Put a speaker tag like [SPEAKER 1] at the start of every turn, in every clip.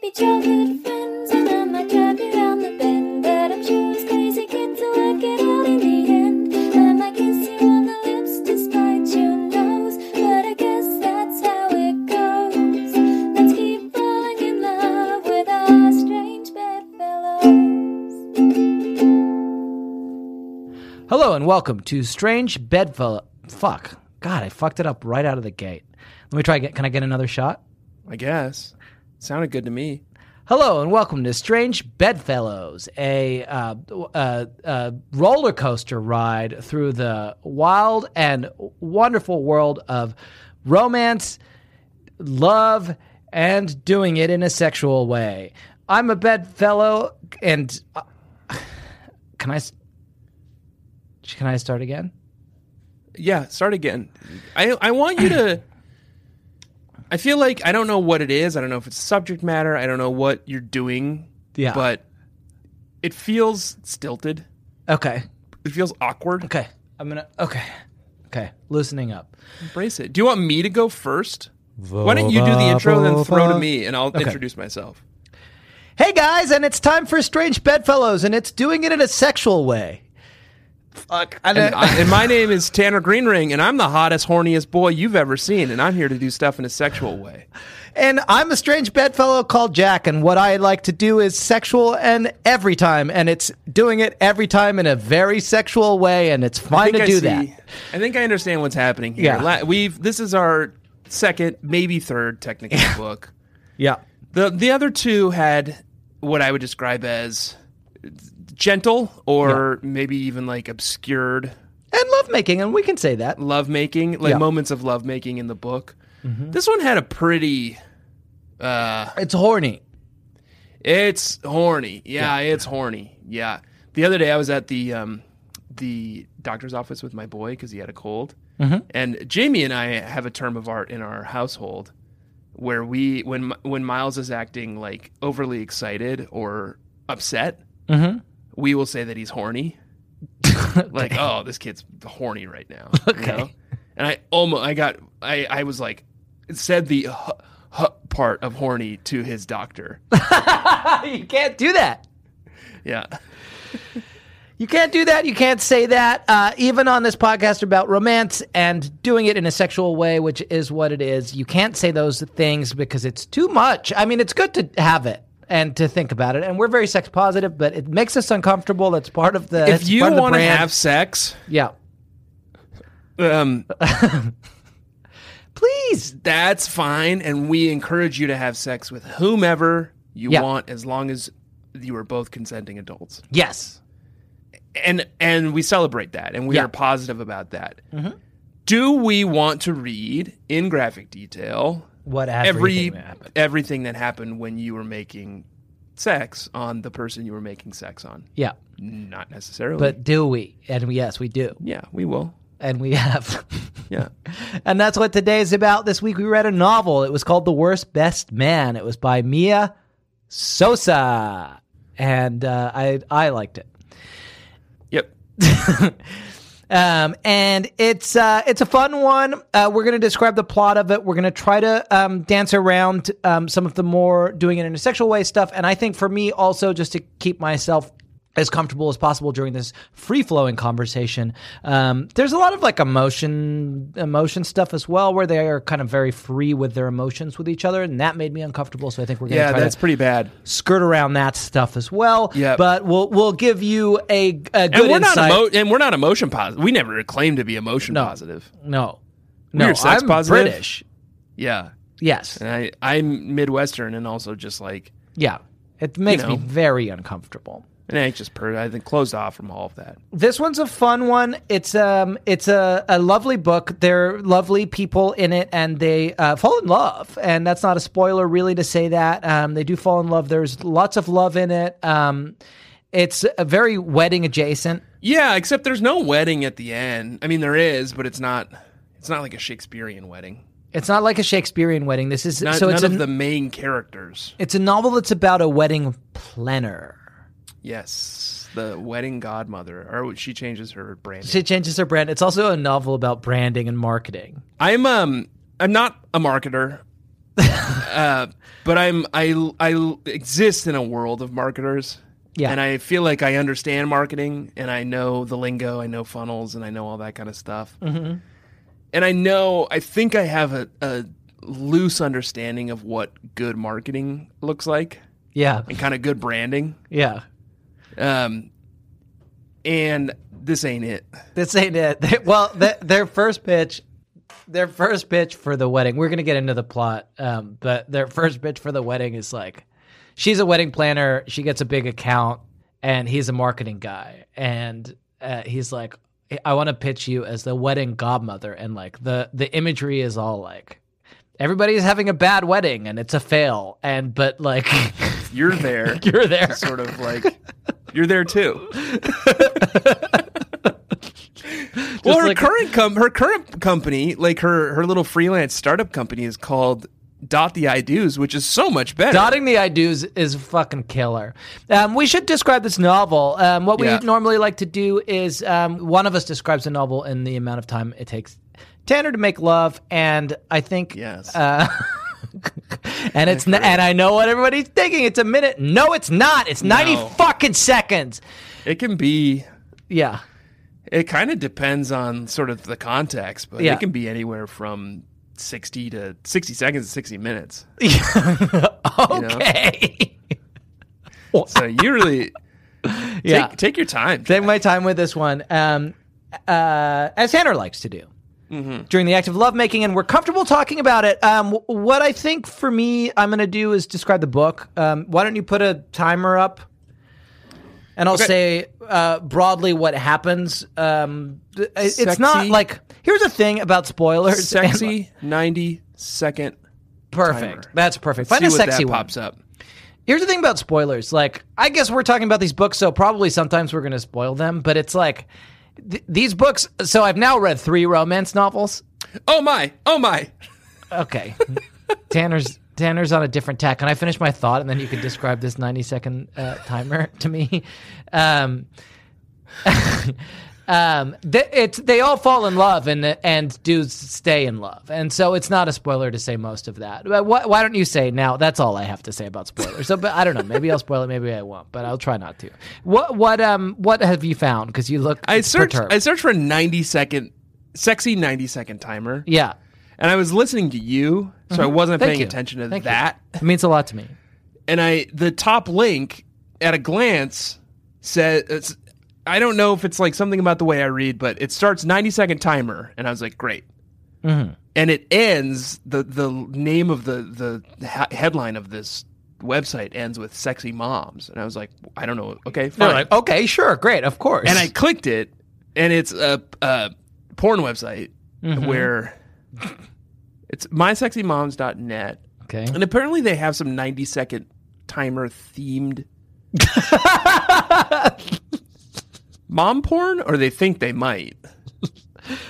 [SPEAKER 1] be childhood friends, and I might drive you round the bend. But I'm sure as crazy kids will work it out in the end. I might kiss you on the lips despite your nose, but I guess that's how it goes. Let's keep falling in love with our strange bedfellows.
[SPEAKER 2] Hello and welcome to Strange Bedfellow. Fuck. God, I fucked it up right out of the gate. Let me try again. Can I get another shot?
[SPEAKER 3] I guess. Sounded good to me.
[SPEAKER 2] Hello and welcome to Strange Bedfellows, a uh, uh, uh, roller coaster ride through the wild and wonderful world of romance, love, and doing it in a sexual way. I'm a bedfellow, and uh, can I? s- Can I start again?
[SPEAKER 3] Yeah, start again. I I want you to I feel like I don't know what it is. I don't know if it's subject matter. I don't know what you're doing.
[SPEAKER 2] Yeah.
[SPEAKER 3] But it feels stilted.
[SPEAKER 2] Okay.
[SPEAKER 3] It feels awkward.
[SPEAKER 2] Okay. I'm gonna. Okay. Okay. Loosening up.
[SPEAKER 3] Embrace it. Do you want me to go first? Why don't you do the intro and then throw to me and I'll introduce myself.
[SPEAKER 2] Hey guys, and it's time for Strange Bedfellows, and it's doing it in a sexual way. Fuck. I
[SPEAKER 3] And, I, and my name is Tanner Greenring, and I'm the hottest, horniest boy you've ever seen, and I'm here to do stuff in a sexual way.
[SPEAKER 2] And I'm a strange bedfellow called Jack, and what I like to do is sexual and every time, and it's doing it every time in a very sexual way, and it's fine to do that.
[SPEAKER 3] I think I understand what's happening here.
[SPEAKER 2] Yeah.
[SPEAKER 3] La- We've this is our second, maybe third, technically book.
[SPEAKER 2] Yeah.
[SPEAKER 3] The the other two had what I would describe as gentle or maybe even like obscured
[SPEAKER 2] And lovemaking, and we can say that.
[SPEAKER 3] lovemaking,
[SPEAKER 2] Yeah.
[SPEAKER 3] like
[SPEAKER 2] Mm-hmm.
[SPEAKER 3] moments of lovemaking in the book. This one had a pretty uh
[SPEAKER 2] It's horny.
[SPEAKER 3] it's horny. Yeah, it's horny. Yeah. The other day I was at the um the doctor's office with my boy cuz he had a cold. And Jamie and I have a term of art in our household where we when when Miles is acting like overly excited or upset, Mm-hmm. we will say that he's horny. like, oh, this kid's horny right now. Okay. And I almost, I got, I, I was like, said the huh, huh part of horny to his doctor.
[SPEAKER 2] you can't do that.
[SPEAKER 3] Yeah.
[SPEAKER 2] You can't do that. You can't say that. Uh, even on this podcast about romance and doing it in a sexual way, which is what it is, you can't say those things because it's too much. I mean, it's good to have it and to think about it. And we're very sex positive, but it makes us uncomfortable. That's part of the.
[SPEAKER 3] If
[SPEAKER 2] that's
[SPEAKER 3] you
[SPEAKER 2] part of the
[SPEAKER 3] want to
[SPEAKER 2] brand.
[SPEAKER 3] have sex,
[SPEAKER 2] yeah,
[SPEAKER 3] um,
[SPEAKER 2] please.
[SPEAKER 3] that's fine. And we encourage you to have sex with whomever you
[SPEAKER 2] Yeah.
[SPEAKER 3] want as long as you are both consenting adults.
[SPEAKER 2] Yes.
[SPEAKER 3] and and we celebrate that and we
[SPEAKER 2] Yeah. Mm-hmm.
[SPEAKER 3] are positive about that. Do we want to read in graphic detail
[SPEAKER 2] What
[SPEAKER 3] every
[SPEAKER 2] everything that happened.
[SPEAKER 3] everything that happened when you were making sex on the person you were making sex on?
[SPEAKER 2] Yeah,
[SPEAKER 3] Not necessarily.
[SPEAKER 2] but do we? And yes, we do.
[SPEAKER 3] yeah, we will.
[SPEAKER 2] And we have.
[SPEAKER 3] Yeah.
[SPEAKER 2] And that's what today is about. This week we read a novel. It was called The Worst Best Man. It was by Mia Sosa, and uh, I I liked it.
[SPEAKER 3] yep.
[SPEAKER 2] Um, and it's uh, it's a fun one. Uh, we're going to describe the plot of it. We're going to try to um, dance around um, some of the more doing it in a sexual way stuff. And I think for me also, just to keep myself as comfortable as possible during this free flowing conversation, um, there's a lot of like emotion emotion stuff as well, where they are kind of very free with their emotions with each other, and that made me uncomfortable. So I think we're going
[SPEAKER 3] Yeah,
[SPEAKER 2] try
[SPEAKER 3] that's
[SPEAKER 2] to
[SPEAKER 3] pretty bad.
[SPEAKER 2] skirt around that stuff as well.
[SPEAKER 3] Yeah.
[SPEAKER 2] but we'll we'll give you a, a good
[SPEAKER 3] And we're
[SPEAKER 2] insight.
[SPEAKER 3] not emo- and we're not emotion positive. We never claim to be emotion positive.
[SPEAKER 2] No. No,
[SPEAKER 3] We're sex
[SPEAKER 2] I'm
[SPEAKER 3] positive?
[SPEAKER 2] British.
[SPEAKER 3] Yeah.
[SPEAKER 2] Yes.
[SPEAKER 3] And I I'm Midwestern and also just like
[SPEAKER 2] Yeah. It makes
[SPEAKER 3] know.
[SPEAKER 2] me very uncomfortable.
[SPEAKER 3] an anxious person. I think closed off from all of that.
[SPEAKER 2] This one's a fun one. It's um it's a, a lovely book. There are lovely people in it and they uh, fall in love. And that's not a spoiler really to say that. Um they do fall in love. There's lots of love in it. Um it's a very wedding adjacent.
[SPEAKER 3] Yeah, except there's no wedding at the end. I mean, there is, but it's not. It's not like a Shakespearean wedding.
[SPEAKER 2] It's not like a Shakespearean wedding. This is
[SPEAKER 3] Not,
[SPEAKER 2] so it's
[SPEAKER 3] none
[SPEAKER 2] a,
[SPEAKER 3] of the main characters.
[SPEAKER 2] it's a novel that's about a wedding planner.
[SPEAKER 3] Yes, the wedding godmother, or she changes her brand.
[SPEAKER 2] She changes her brand. It's also a novel about branding and marketing.
[SPEAKER 3] I'm um, I'm not a marketer, uh, but I'm I I exist in a world of marketers.
[SPEAKER 2] Yeah.
[SPEAKER 3] And I feel like I understand marketing and I know the lingo, I know funnels and I know all that kind of stuff.
[SPEAKER 2] Mm-hmm.
[SPEAKER 3] And I know I think I have a, a loose understanding of what good marketing looks like
[SPEAKER 2] Yeah.
[SPEAKER 3] and kind of good branding.
[SPEAKER 2] Yeah.
[SPEAKER 3] Um, and this ain't it.
[SPEAKER 2] This ain't it. They- well, th- their first pitch, their first pitch for the wedding. We're gonna get into the plot, um, but their first pitch for the wedding is like, she's a wedding planner. She gets a big account, and he's a marketing guy, and uh, he's like, I want to pitch you as the wedding godmother, and like the the imagery is all like. Everybody's having a bad wedding and it's a fail. And, but like,
[SPEAKER 3] You're there,
[SPEAKER 2] you're there.
[SPEAKER 3] sort of like you're there too. well, her
[SPEAKER 2] like-
[SPEAKER 3] current com- her current company, like her her little freelance startup company, is called Dot the I Do's, which is so much better.
[SPEAKER 2] Dotting the I do's is fucking killer. Um, we should describe this novel. Um, what
[SPEAKER 3] Yeah.
[SPEAKER 2] we normally like to do is um, one of us describes a novel in the amount of time it takes Tanner to make love, and I think
[SPEAKER 3] Yes.
[SPEAKER 2] Uh, and it's n- and I know what everybody's thinking. It's a minute. No, it's not. It's ninety
[SPEAKER 3] No.
[SPEAKER 2] fucking seconds.
[SPEAKER 3] it can be.
[SPEAKER 2] Yeah.
[SPEAKER 3] It kind of depends on sort of the context, but
[SPEAKER 2] Yeah.
[SPEAKER 3] it can be anywhere from sixty to sixty seconds to sixty minutes.
[SPEAKER 2] okay.
[SPEAKER 3] So you really
[SPEAKER 2] yeah.
[SPEAKER 3] take, take your time.
[SPEAKER 2] take my time with this one, um, uh, as Tanner likes to do
[SPEAKER 3] Mm-hmm.
[SPEAKER 2] during the act of lovemaking, and we're comfortable talking about it. Um, wh- what I think for me, I'm going to do is describe the book. Um, why don't you put a timer up? And I'll say uh, broadly what happens. Um, th- it's not
[SPEAKER 3] Sexy.
[SPEAKER 2] like here's the thing about spoilers.
[SPEAKER 3] Sexy ninety second.
[SPEAKER 2] perfect.
[SPEAKER 3] timer.
[SPEAKER 2] That's perfect.
[SPEAKER 3] See
[SPEAKER 2] Find a
[SPEAKER 3] what
[SPEAKER 2] sexy
[SPEAKER 3] that
[SPEAKER 2] one.
[SPEAKER 3] pops up.
[SPEAKER 2] Here's the thing about spoilers. Like, I guess we're talking about these books, so probably sometimes we're going to spoil them, but it's like th- these books. So I've now read three romance novels.
[SPEAKER 3] Oh my! Oh my!
[SPEAKER 2] Okay. Tanner's. Tanner's on a different tack. Can I finish my thought and then you can describe this 90 second uh, timer to me? Um, um, th- it's, they all fall in love and, and dudes stay in love. And so it's not a spoiler to say most of that. But wh- why don't you say now? That's all I have to say about spoilers. So, but I don't know. Maybe I'll spoil it. Maybe I won't, but I'll try not to. What, what, um, what have you found? Cause you look,
[SPEAKER 3] I searched.
[SPEAKER 2] perturbed.
[SPEAKER 3] I searched for ninety second, sexy ninety second timer,
[SPEAKER 2] yeah. Mm-hmm.
[SPEAKER 3] and I was listening to you, so I wasn't
[SPEAKER 2] Thank
[SPEAKER 3] paying
[SPEAKER 2] you.
[SPEAKER 3] attention to
[SPEAKER 2] Thank you.
[SPEAKER 3] that.
[SPEAKER 2] It means a lot to me.
[SPEAKER 3] And I, the top link at a glance said, it's, I don't know if it's like something about the way I read, but it starts ninety second timer, and I was like, great.
[SPEAKER 2] Mm-hmm.
[SPEAKER 3] And it ends the the name of the the ha- headline of this website ends with sexy moms, and I was like, I don't know. Okay, fine.
[SPEAKER 2] They're like, oh. okay, sure. Great. Of course.
[SPEAKER 3] and I clicked it, and it's a, a porn website
[SPEAKER 2] Mm-hmm.
[SPEAKER 3] where it's mysexymoms.net,
[SPEAKER 2] okay.
[SPEAKER 3] and apparently they have some ninety second timer themed mom porn, or they think they might.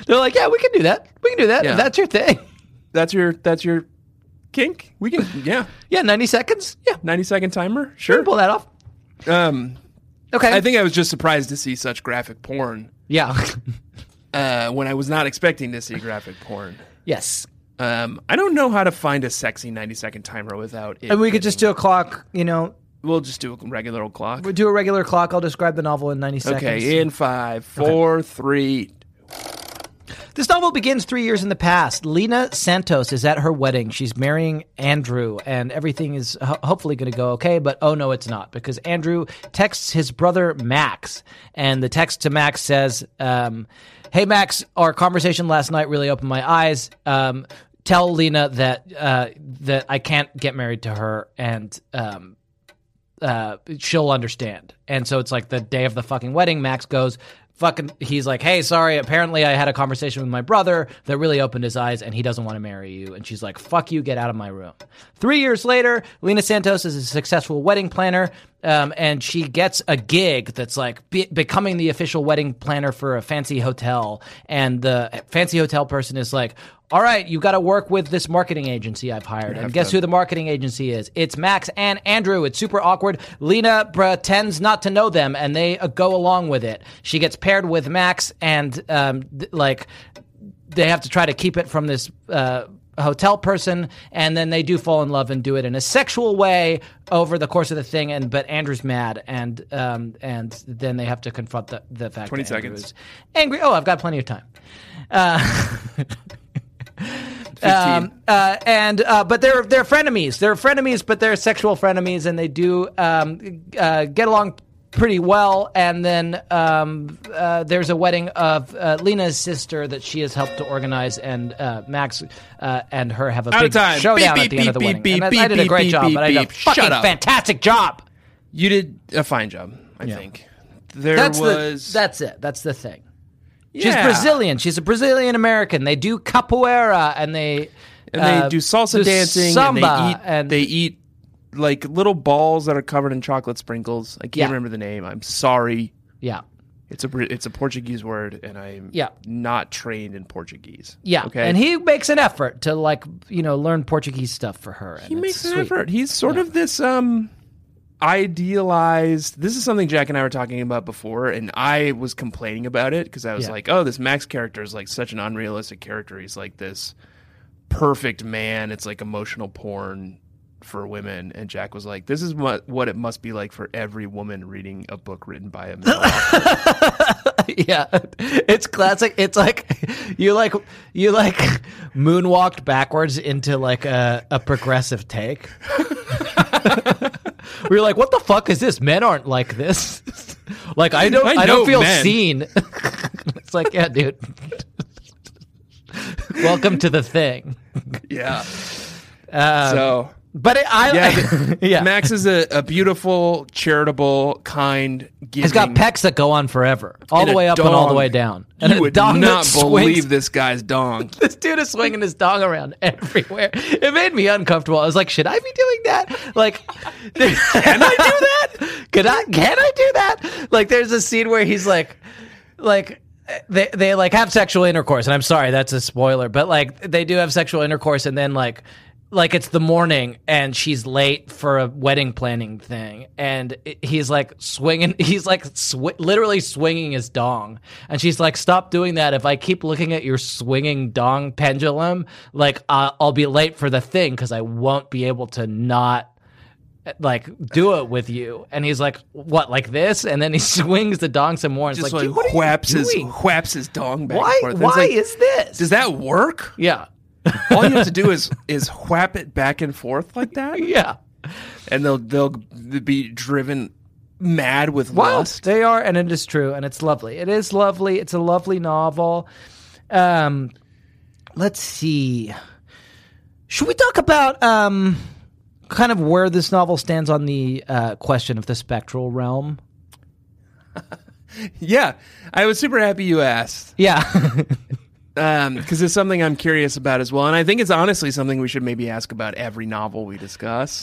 [SPEAKER 2] They're like, yeah, we can do that. We can do that.
[SPEAKER 3] Yeah.
[SPEAKER 2] That's your thing.
[SPEAKER 3] That's your that's your kink. We can yeah,
[SPEAKER 2] Yeah, 90 seconds. Yeah,
[SPEAKER 3] ninety second timer.
[SPEAKER 2] we
[SPEAKER 3] Sure.
[SPEAKER 2] can pull that off.
[SPEAKER 3] Um,
[SPEAKER 2] Okay.
[SPEAKER 3] I think I was just surprised to see such graphic porn
[SPEAKER 2] Yeah.
[SPEAKER 3] uh, when I was not expecting to see graphic porn.
[SPEAKER 2] yes.
[SPEAKER 3] Um, I don't know how to find a sexy 90 second timer without it.
[SPEAKER 2] And we could just do a clock, you know,
[SPEAKER 3] We'll just do a regular old clock.
[SPEAKER 2] we do a regular clock. I'll describe the novel in 90 seconds.
[SPEAKER 3] Okay, in five, four, three.
[SPEAKER 2] This novel begins three years in the past. Lena Santos is at her wedding. She's marrying Andrew, and everything is ho- hopefully going to go okay, but oh no, it's not, because Andrew texts his brother Max, and the text to Max says, um, Hey, Max, our conversation last night really opened my eyes. Um, tell Lena that, uh, that I can't get married to her, and um, uh, she'll understand. And so it's like the day of the fucking wedding, Max goes, fucking, he's like, hey, sorry, apparently I had a conversation with my brother that really opened his eyes and he doesn't want to marry you. And she's like, fuck you, get out of my room. Three years later, Lena Santos is a successful wedding planner um, and she gets a gig that's like be- becoming the official wedding planner for a fancy hotel. And the fancy hotel person is like, all right, you got to work with this marketing agency I've hired. And guess who the marketing agency is? It's Max and Andrew. It's super awkward. Lena pretends not to know them, and they uh, go along with it. She gets paired with Max, and um, th- like they have to try to keep it from this uh, a hotel person, and then they do fall in love and do it in a sexual way over the course of the thing. And but Andrew's mad, and um, and then they have to confront the the fact.
[SPEAKER 3] 20
[SPEAKER 2] that Andrew
[SPEAKER 3] seconds.
[SPEAKER 2] is angry. Oh, I've got plenty of time. Uh,
[SPEAKER 3] 15.
[SPEAKER 2] um, uh, and uh, but they're they're frenemies. They're frenemies, but they're sexual frenemies, and they do um, uh, get along pretty well. And then um, uh, there's a wedding of uh, Lena's sister that she has helped to organize, and uh, Max uh, and her have a
[SPEAKER 3] of
[SPEAKER 2] big
[SPEAKER 3] time.
[SPEAKER 2] showdown
[SPEAKER 3] Beep,
[SPEAKER 2] at the
[SPEAKER 3] beep,
[SPEAKER 2] end of the
[SPEAKER 3] beep,
[SPEAKER 2] wedding.
[SPEAKER 3] beep,
[SPEAKER 2] and I- I did a
[SPEAKER 3] beep,
[SPEAKER 2] great
[SPEAKER 3] beep,
[SPEAKER 2] job,
[SPEAKER 3] beep,
[SPEAKER 2] but I did a
[SPEAKER 3] beep. Shut
[SPEAKER 2] fucking
[SPEAKER 3] up.
[SPEAKER 2] fantastic job.
[SPEAKER 3] you did a fine job, I think. There
[SPEAKER 2] That's
[SPEAKER 3] was
[SPEAKER 2] the that's it. That's the thing. She's
[SPEAKER 3] Yeah.
[SPEAKER 2] Brazilian. She's a Brazilian American. They do capoeira and they
[SPEAKER 3] and they
[SPEAKER 2] uh,
[SPEAKER 3] do salsa dancing and they
[SPEAKER 2] samba
[SPEAKER 3] eat they eat like little balls that are covered in chocolate sprinkles. I can't
[SPEAKER 2] Yeah.
[SPEAKER 3] remember the name. I'm sorry.
[SPEAKER 2] yeah.
[SPEAKER 3] It's a Bra- it's a Portuguese word, and I'm
[SPEAKER 2] Yeah.
[SPEAKER 3] not trained in Portuguese.
[SPEAKER 2] Yeah,
[SPEAKER 3] okay.
[SPEAKER 2] and he makes an effort to like you know learn Portuguese stuff for her. And
[SPEAKER 3] he
[SPEAKER 2] it's
[SPEAKER 3] makes an
[SPEAKER 2] sweet.
[SPEAKER 3] effort. He's sort of this um idealized. This is something Jack and I were talking about before, and I was complaining about it because I was
[SPEAKER 2] Yeah.
[SPEAKER 3] like, "Oh, this Max character is like such an unrealistic character. He's like this perfect man. It's like emotional porn." For women, and Jack was like, "This is what what it must be like for every woman reading a book written by a man."
[SPEAKER 2] yeah, it's classic. It's like you like you like moonwalked backwards into like a, a progressive take. we are like, what the fuck is this? Men aren't like this. like I don't,
[SPEAKER 3] I
[SPEAKER 2] I, don't
[SPEAKER 3] know
[SPEAKER 2] feel
[SPEAKER 3] men.
[SPEAKER 2] seen. it's like, yeah, dude. Welcome to the thing.
[SPEAKER 3] yeah.
[SPEAKER 2] Um,
[SPEAKER 3] So
[SPEAKER 2] but it, I
[SPEAKER 3] Yeah,
[SPEAKER 2] yeah,
[SPEAKER 3] but Max is a, a beautiful, charitable, kind, giving.
[SPEAKER 2] He's got pecs that go on forever, all
[SPEAKER 3] and
[SPEAKER 2] the
[SPEAKER 3] a
[SPEAKER 2] way up and all the
[SPEAKER 3] dong.
[SPEAKER 2] way down. And
[SPEAKER 3] You
[SPEAKER 2] a
[SPEAKER 3] would
[SPEAKER 2] dong that
[SPEAKER 3] not
[SPEAKER 2] swings-
[SPEAKER 3] believe this guy's dong.
[SPEAKER 2] this dude is swinging his dong around everywhere. It made me uncomfortable. I was like, should I be doing that? Like, can I do that? Could I? Can I do that? Like, there's a scene where he's like, like. They they like have sexual intercourse, and I'm sorry that's a spoiler, but like they do have sexual intercourse, and then like like it's the morning, and she's late for a wedding planning thing, and it- he's like swinging, he's like sw- literally swinging his dong, and she's like, "Stop doing that! If I keep looking at your swinging dong pendulum, like uh, I'll be late for the thing because I won't be able to not." like do it with you and he's like what like this and then he swings the dong some more and
[SPEAKER 3] Just
[SPEAKER 2] it's like,
[SPEAKER 3] like,
[SPEAKER 2] "Dude, what are
[SPEAKER 3] whaps
[SPEAKER 2] you
[SPEAKER 3] his
[SPEAKER 2] doing?
[SPEAKER 3] whaps his dong back.
[SPEAKER 2] why
[SPEAKER 3] and forth. And
[SPEAKER 2] why
[SPEAKER 3] it's like,
[SPEAKER 2] is this
[SPEAKER 3] does that work?
[SPEAKER 2] yeah
[SPEAKER 3] All you have to do is is whap it back and forth like that,
[SPEAKER 2] yeah
[SPEAKER 3] and they'll they'll be driven mad with lust.
[SPEAKER 2] They are, and it is true, and it's lovely. It is lovely. It's a lovely novel. Um, let's see. Should we talk about um, kind of where this novel stands on the uh, question of the spectral realm?
[SPEAKER 3] Yeah, I was super happy you asked
[SPEAKER 2] Yeah.
[SPEAKER 3] because it's something I'm curious about as well, and I think it's honestly something we should maybe ask about every novel we discuss.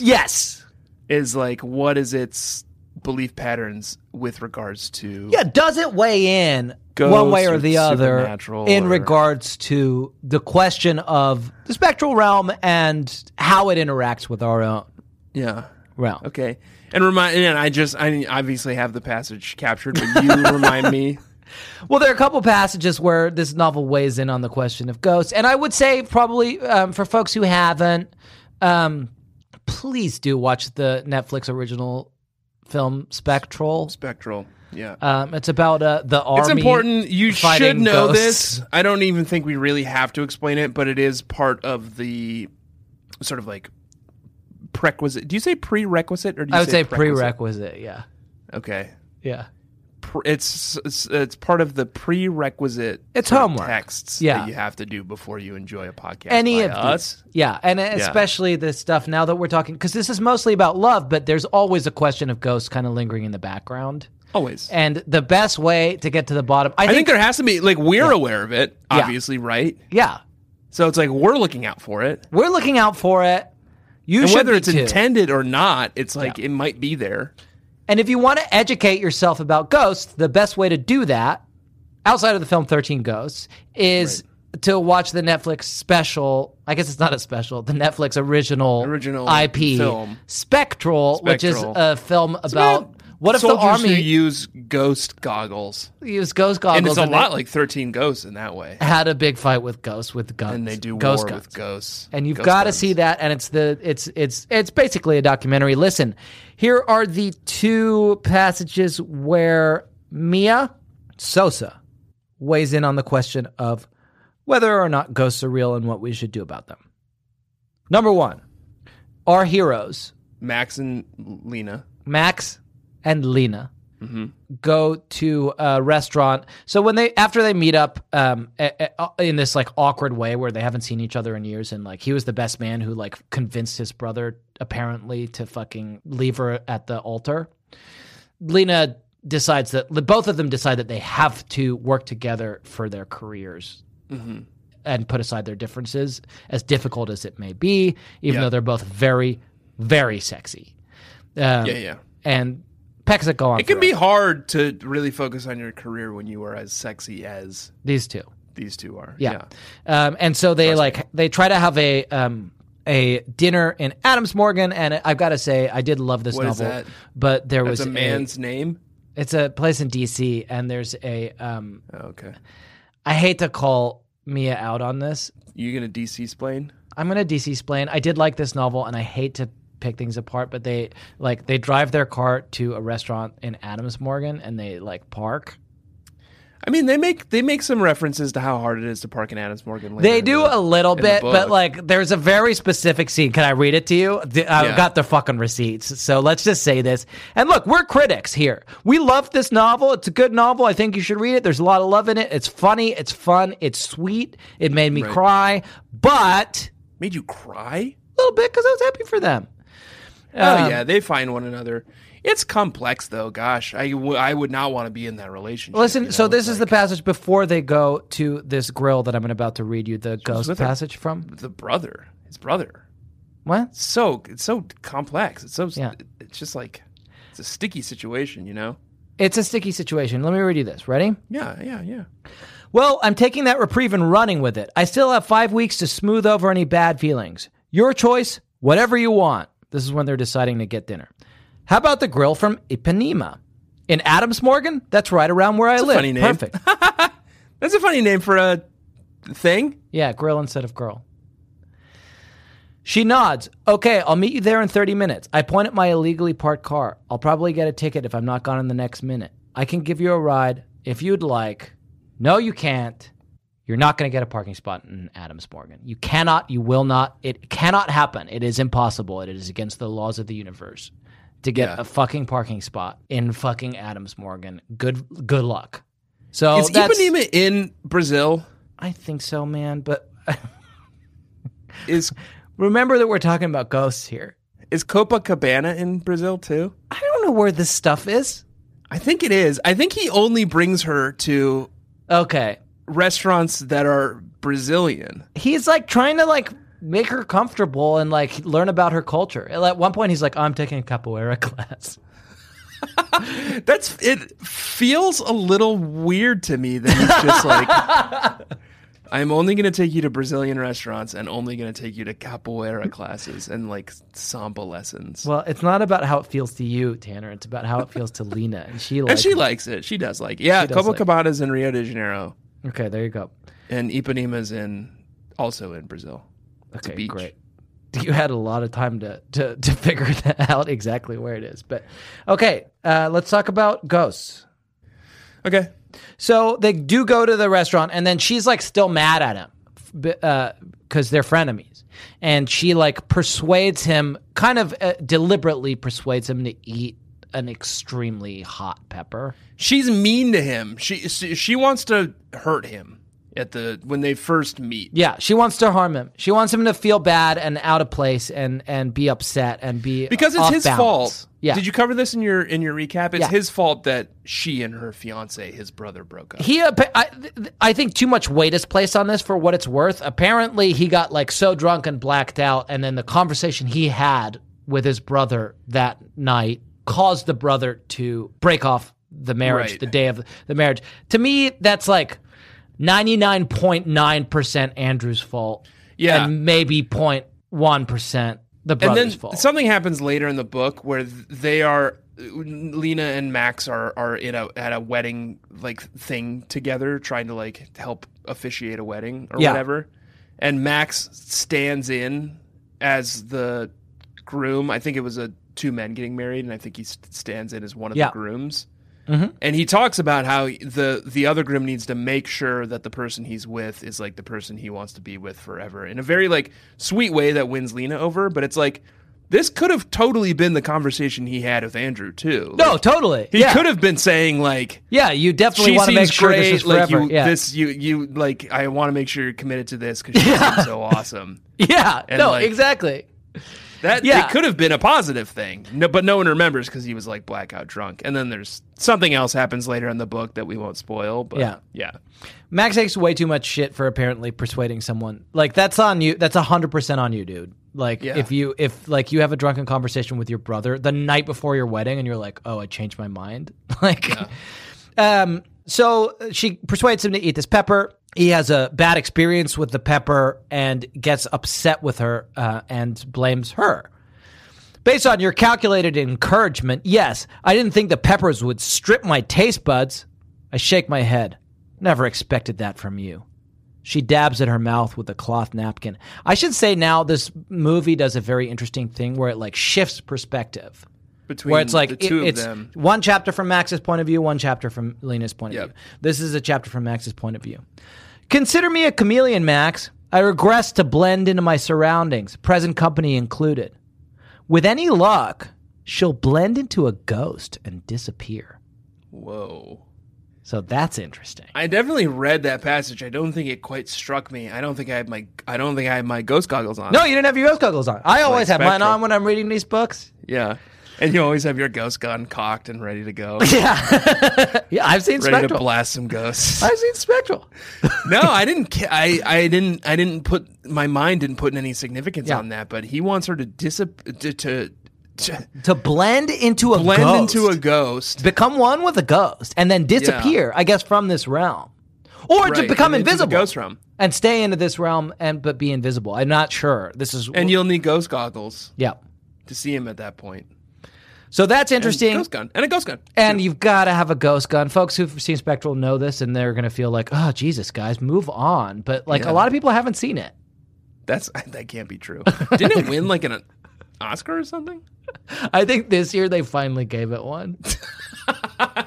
[SPEAKER 2] yes.
[SPEAKER 3] Is like what is its belief patterns with regards to
[SPEAKER 2] Yeah. Does it weigh in
[SPEAKER 3] Ghosts
[SPEAKER 2] one way or
[SPEAKER 3] or
[SPEAKER 2] the other
[SPEAKER 3] supernatural
[SPEAKER 2] in
[SPEAKER 3] or-
[SPEAKER 2] regards to the question of the spectral realm and how it interacts with our own
[SPEAKER 3] yeah.
[SPEAKER 2] realm?
[SPEAKER 3] Okay. And remind and I just I obviously have the passage captured, but you remind me.
[SPEAKER 2] Well, there are a couple passages where this novel weighs in on the question of ghosts, and I would say probably um, for folks who haven't, um, please do watch the Netflix original film Spectral.
[SPEAKER 3] Spectral. Yeah.
[SPEAKER 2] Um, it's about uh, the army.
[SPEAKER 3] it's important. You should
[SPEAKER 2] fighting
[SPEAKER 3] know
[SPEAKER 2] ghosts.
[SPEAKER 3] this. I don't even think we really have to explain it, but it is part of the sort of like prerequisite. Do you say prerequisite or do you
[SPEAKER 2] I would say
[SPEAKER 3] prerequisite?
[SPEAKER 2] prerequisite. Yeah,
[SPEAKER 3] Okay.
[SPEAKER 2] yeah,
[SPEAKER 3] Pre- It's, it's it's part of the prerequisite.
[SPEAKER 2] It's
[SPEAKER 3] sort of
[SPEAKER 2] homework.
[SPEAKER 3] texts
[SPEAKER 2] Yeah.
[SPEAKER 3] that you have to do before you enjoy a podcast.
[SPEAKER 2] any
[SPEAKER 3] by
[SPEAKER 2] of
[SPEAKER 3] us.
[SPEAKER 2] these. Yeah, and especially this stuff now that we're talking, because this is mostly about love, but there's always a question of ghosts kind of lingering in the background.
[SPEAKER 3] always.
[SPEAKER 2] And the best way to get to the bottom, I,
[SPEAKER 3] I think there has to be like we're aware of it,
[SPEAKER 2] Yeah.
[SPEAKER 3] obviously, right?
[SPEAKER 2] yeah,
[SPEAKER 3] So it's like we're looking out for it.
[SPEAKER 2] We're looking out for it. You
[SPEAKER 3] And
[SPEAKER 2] should
[SPEAKER 3] whether
[SPEAKER 2] be
[SPEAKER 3] it's
[SPEAKER 2] too.
[SPEAKER 3] intended or not, it's like it might be there.
[SPEAKER 2] And if you want to educate yourself about ghosts, the best way to do that, outside of the film Thirteen Ghosts, is to watch the Netflix special. I guess it's not a special. The Netflix original
[SPEAKER 3] Original
[SPEAKER 2] IP
[SPEAKER 3] film.
[SPEAKER 2] Spectral, which is
[SPEAKER 3] Spectral.
[SPEAKER 2] a film about.
[SPEAKER 3] about
[SPEAKER 2] What if the
[SPEAKER 3] Soldiers who
[SPEAKER 2] army
[SPEAKER 3] use ghost goggles,
[SPEAKER 2] used ghost goggles?
[SPEAKER 3] and it's a
[SPEAKER 2] they
[SPEAKER 3] lot like Thirteen Ghosts in that way.
[SPEAKER 2] had a big fight with ghosts with guns.
[SPEAKER 3] And they do
[SPEAKER 2] ghost
[SPEAKER 3] war
[SPEAKER 2] guns.
[SPEAKER 3] with ghosts,
[SPEAKER 2] and you've
[SPEAKER 3] ghost
[SPEAKER 2] got to
[SPEAKER 3] guns.
[SPEAKER 2] see that and it's the it's it's it's basically a documentary listen here are the two passages where mia sosa weighs in on the question of whether or not ghosts are real and what we should do about them number one our heroes
[SPEAKER 3] Max and Lena.
[SPEAKER 2] Max and Lena go to a restaurant. So when they after they meet up um, a- a- in this like awkward way where they haven't seen each other in years, and like he was the best man who like convinced his brother apparently to fucking leave her at the altar. Lena decides that both of them decide that they have to work together for their careers and put aside their differences, as difficult as it may be, even
[SPEAKER 3] Yeah.
[SPEAKER 2] though they're both very, very sexy. Um,
[SPEAKER 3] Yeah, yeah.
[SPEAKER 2] And pecks that go on.
[SPEAKER 3] It can be
[SPEAKER 2] forever.
[SPEAKER 3] hard to really focus on your career when you are as sexy as
[SPEAKER 2] these two.
[SPEAKER 3] these two are.
[SPEAKER 2] Yeah. Um, and so they like they try to have a um, a dinner in Adams Morgan, and I've got to say I did love this
[SPEAKER 3] What is
[SPEAKER 2] novel.
[SPEAKER 3] that?
[SPEAKER 2] But there
[SPEAKER 3] That's
[SPEAKER 2] was
[SPEAKER 3] a man's name.
[SPEAKER 2] it's a place in D.C. and there's a um,
[SPEAKER 3] Oh, Okay.
[SPEAKER 2] I hate to call Mia out on this.
[SPEAKER 3] You gonna DC splain?
[SPEAKER 2] I'm gonna DC explain. I did like this novel, and I hate to pick things apart, but they like they drive their car to a restaurant in Adams Morgan, and they like park.
[SPEAKER 3] I mean, they make they make some references to how hard it is to park in Adams Morgan. later
[SPEAKER 2] They
[SPEAKER 3] in
[SPEAKER 2] do
[SPEAKER 3] the-
[SPEAKER 2] a little
[SPEAKER 3] in the
[SPEAKER 2] bit, but
[SPEAKER 3] book.
[SPEAKER 2] like there's a very specific scene. Can I read it to you? The- I've
[SPEAKER 3] Yeah.
[SPEAKER 2] got the fucking receipts. So let's just say this. And look, we're critics here. We love this novel. It's a good novel. I think you should read it. There's a lot of love in it. It's funny. It's fun. It's sweet. It made me cry, but
[SPEAKER 3] made you cry.
[SPEAKER 2] a little bit because I was happy for them. Um,
[SPEAKER 3] oh yeah, they find one another. It's complex though. Gosh, I, w- I would not want to be in that relationship.
[SPEAKER 2] Listen,
[SPEAKER 3] you
[SPEAKER 2] so
[SPEAKER 3] know?
[SPEAKER 2] this
[SPEAKER 3] It's
[SPEAKER 2] is the
[SPEAKER 3] like
[SPEAKER 2] passage before they go to this grill that I'm about to read you the ghost
[SPEAKER 3] with her.
[SPEAKER 2] passage from.
[SPEAKER 3] the brother, his brother.
[SPEAKER 2] What?
[SPEAKER 3] It's so it's so complex. It's so
[SPEAKER 2] Yeah.
[SPEAKER 3] it's just like it's a sticky situation, you know.
[SPEAKER 2] It's a sticky situation. Let me read you this. Ready?
[SPEAKER 3] Yeah, yeah, yeah.
[SPEAKER 2] Well, I'm taking that reprieve and running with it. I still have five weeks to smooth over any bad feelings. Your choice, whatever you want. This is when they're deciding to get dinner. How about the grill from Ipanema? In Adams Morgan? That's right around where I live.
[SPEAKER 3] funny name.
[SPEAKER 2] Perfect.
[SPEAKER 3] That's a funny name for a thing.
[SPEAKER 2] Yeah, grill instead of girl. She nods. Okay, I'll meet you there in 30 minutes. I point at my illegally parked car. I'll probably get a ticket if I'm not gone in the next minute. I can give you a ride if you'd like. No, you can't. You're not going to get a parking spot in Adams Morgan. You cannot, you will not. It cannot happen. It is impossible. It is against the laws of the universe to get
[SPEAKER 3] Yeah.
[SPEAKER 2] a fucking parking spot in fucking Adams Morgan. Good good luck. So
[SPEAKER 3] is
[SPEAKER 2] Oh, that's,
[SPEAKER 3] Ipanema in Brazil?
[SPEAKER 2] I think so, man, but
[SPEAKER 3] Is
[SPEAKER 2] Remember that we're talking about ghosts here.
[SPEAKER 3] is Copacabana in Brazil too?
[SPEAKER 2] I don't know where this stuff is.
[SPEAKER 3] I think it is. I think he only brings her to
[SPEAKER 2] Okay.
[SPEAKER 3] restaurants that are Brazilian.
[SPEAKER 2] He's like trying to like make her comfortable and like learn about her culture. And at one point he's like, I'm taking a capoeira class.
[SPEAKER 3] That's it feels a little weird to me that he's just like I'm only going to take you to Brazilian restaurants and only going to take you to capoeira classes and like samba lessons.
[SPEAKER 2] Well, it's not about how it feels to you, Tanner. It's about how it feels to Lena. And she like
[SPEAKER 3] and she likes it. She does like. It. Yeah,
[SPEAKER 2] does like it.
[SPEAKER 3] Copacabana's in Rio de Janeiro
[SPEAKER 2] Okay, there you go.
[SPEAKER 3] and Ipanema's in also in Brazil. It's a
[SPEAKER 2] Okay,
[SPEAKER 3] beach.
[SPEAKER 2] great. You had a lot of time to to, to figure that out exactly where it is. But okay, uh, let's talk about ghosts.
[SPEAKER 3] Okay.
[SPEAKER 2] So they do go to the restaurant, and then she's like still mad at him because they're frenemies. And she like persuades him, kind of uh, deliberately persuades him to eat an extremely hot pepper.
[SPEAKER 3] She's mean to him. She she wants to hurt him at the when they first meet.
[SPEAKER 2] Yeah, she wants to harm him. She wants him to feel bad and out of place and and be upset and be
[SPEAKER 3] because it's
[SPEAKER 2] off
[SPEAKER 3] his
[SPEAKER 2] balance.
[SPEAKER 3] fault.
[SPEAKER 2] Yeah,
[SPEAKER 3] Did you cover this in your in your recap? It's
[SPEAKER 2] Yeah.
[SPEAKER 3] his fault that she and her fiance, his brother, broke up.
[SPEAKER 2] he appa- I, th- I think too much weight is placed on this for what it's worth apparently he got like so drunk and blacked out and then the conversation he had with his brother that night caused the brother to break off the marriage
[SPEAKER 3] Right.
[SPEAKER 2] the day of the marriage to me that's like 99.9% andrew's fault
[SPEAKER 3] Yeah.
[SPEAKER 2] and maybe 0.1% the
[SPEAKER 3] and
[SPEAKER 2] brother's
[SPEAKER 3] then
[SPEAKER 2] fault
[SPEAKER 3] something happens later in the book where th- they are Lena and Max are are in a at a wedding like thing together, trying to like help officiate a wedding or
[SPEAKER 2] Yeah.
[SPEAKER 3] whatever. And Max stands in as the groom. I think it was a two men getting married, and I think he st- stands in as one of
[SPEAKER 2] Yeah.
[SPEAKER 3] the grooms.
[SPEAKER 2] Mhm.
[SPEAKER 3] And he talks about how the the other groom needs to make sure that the person he's with is like the person he wants to be with forever in a very like sweet way that wins Lena over. But it's like this could have totally been the conversation he had with Andrew too.
[SPEAKER 2] No,
[SPEAKER 3] Like,
[SPEAKER 2] totally.
[SPEAKER 3] he
[SPEAKER 2] yeah.
[SPEAKER 3] could have been saying like.
[SPEAKER 2] Yeah, you definitely
[SPEAKER 3] She
[SPEAKER 2] want to
[SPEAKER 3] seems
[SPEAKER 2] make sure
[SPEAKER 3] great.
[SPEAKER 2] this is
[SPEAKER 3] like
[SPEAKER 2] forever.
[SPEAKER 3] you,
[SPEAKER 2] yeah.
[SPEAKER 3] this you you like. I want to make sure you're committed to this because she seems so awesome.
[SPEAKER 2] yeah.
[SPEAKER 3] and,
[SPEAKER 2] No,
[SPEAKER 3] like-
[SPEAKER 2] exactly.
[SPEAKER 3] That
[SPEAKER 2] Yeah.
[SPEAKER 3] it could have been a positive thing, no, but no one remembers because he was like blackout drunk. And then there's something else happens later in the book that we won't spoil. But
[SPEAKER 2] Yeah.
[SPEAKER 3] yeah, yeah,
[SPEAKER 2] Max takes way too much shit for apparently persuading someone. Like that's on you. That's hundred percent on you, dude. Like
[SPEAKER 3] Yeah.
[SPEAKER 2] if you if like you have a drunken conversation with your brother the night before your wedding and you're like, oh, I changed my mind. Like, um. So she persuades him to eat this pepper. He has a bad experience with the pepper and gets upset with her uh, and blames her. Based on your calculated encouragement, yes, I didn't think the peppers would strip my taste buds. I shake my head. Never expected that from you. She dabs at her mouth with a cloth napkin. I should say now this movie does a very interesting thing where it like shifts perspective.
[SPEAKER 3] between
[SPEAKER 2] Where it's like
[SPEAKER 3] the
[SPEAKER 2] it-
[SPEAKER 3] two
[SPEAKER 2] it's
[SPEAKER 3] of them,
[SPEAKER 2] one chapter from Max's point of view, one chapter from Lena's point of
[SPEAKER 3] Yep.
[SPEAKER 2] view. This is a chapter from Max's point of view. Consider me a chameleon, Max. I regress to blend into my surroundings, present company included. With any luck, she'll blend into a ghost and disappear.
[SPEAKER 3] whoa.
[SPEAKER 2] So that's interesting.
[SPEAKER 3] I definitely read that passage. I don't think it quite struck me. I don't think I had my I don't think I had my ghost goggles on.
[SPEAKER 2] No, you didn't have your ghost goggles on. I always have mine
[SPEAKER 3] spectral.
[SPEAKER 2] on when I'm reading these books.
[SPEAKER 3] yeah, and you always have your ghost gun cocked and ready to go,
[SPEAKER 2] Yeah, yeah, I've seen
[SPEAKER 3] ready to
[SPEAKER 2] Spectral.
[SPEAKER 3] blast some ghosts.
[SPEAKER 2] I've seen Spectral.
[SPEAKER 3] no, I didn't. ca- I I didn't. I didn't put my mind didn't put any significance
[SPEAKER 2] Yeah.
[SPEAKER 3] on that. But he wants her to disap to. to to
[SPEAKER 2] to blend into a
[SPEAKER 3] blend
[SPEAKER 2] ghost,
[SPEAKER 3] into a ghost
[SPEAKER 2] become one with a ghost, and then disappear. I guess from this realm, or to
[SPEAKER 3] Right,
[SPEAKER 2] become
[SPEAKER 3] and into the
[SPEAKER 2] invisible
[SPEAKER 3] ghost realm.
[SPEAKER 2] and stay into this realm and but be invisible. I'm not sure. This is
[SPEAKER 3] and you'll need ghost goggles
[SPEAKER 2] yeah.
[SPEAKER 3] to see him at that point.
[SPEAKER 2] So that's
[SPEAKER 3] And
[SPEAKER 2] interesting.
[SPEAKER 3] ghost gun and a ghost gun.
[SPEAKER 2] And you've got to have a ghost gun. Folks who've seen Spectral know this, and they're going to feel like, oh, Jesus, guys, move on. But like a
[SPEAKER 3] Yeah.
[SPEAKER 2] lot of people haven't seen it.
[SPEAKER 3] That's that can't be true. Didn't it win like an Oscar or something?
[SPEAKER 2] I think this year they finally gave it one.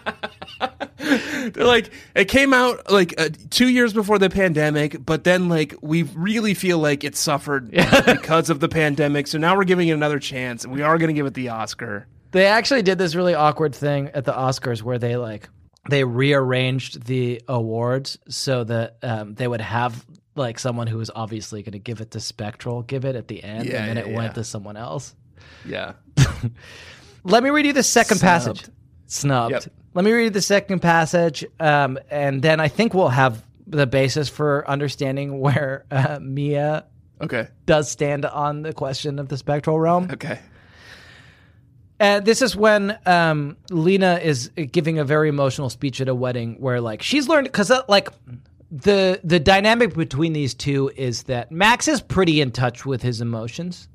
[SPEAKER 3] They're like it came out like uh, two years before the pandemic, but then like we really feel like it suffered because of the pandemic. So now we're giving it another chance, and we are going to give it the Oscar.
[SPEAKER 2] They actually did this really awkward thing at the Oscars where they like they rearranged the awards so that um, they would have like someone who was obviously going to give it to Spectral give it at the end,
[SPEAKER 3] Yeah,
[SPEAKER 2] and then
[SPEAKER 3] yeah,
[SPEAKER 2] it went
[SPEAKER 3] yeah.
[SPEAKER 2] to someone else.
[SPEAKER 3] Yeah,
[SPEAKER 2] Let me read you the second
[SPEAKER 3] Snubbed.
[SPEAKER 2] passage. Snubbed.
[SPEAKER 3] Yep.
[SPEAKER 2] Let me read you the second passage, um, and then I think we'll have the basis for understanding where uh, Mia
[SPEAKER 3] okay,
[SPEAKER 2] does stand on the question of the spectral realm.
[SPEAKER 3] okay.
[SPEAKER 2] Uh, this is when um, Lena is giving a very emotional speech at a wedding where, like, she's learned because, uh, like, the the dynamic between these two is that Max is pretty in touch with his emotions.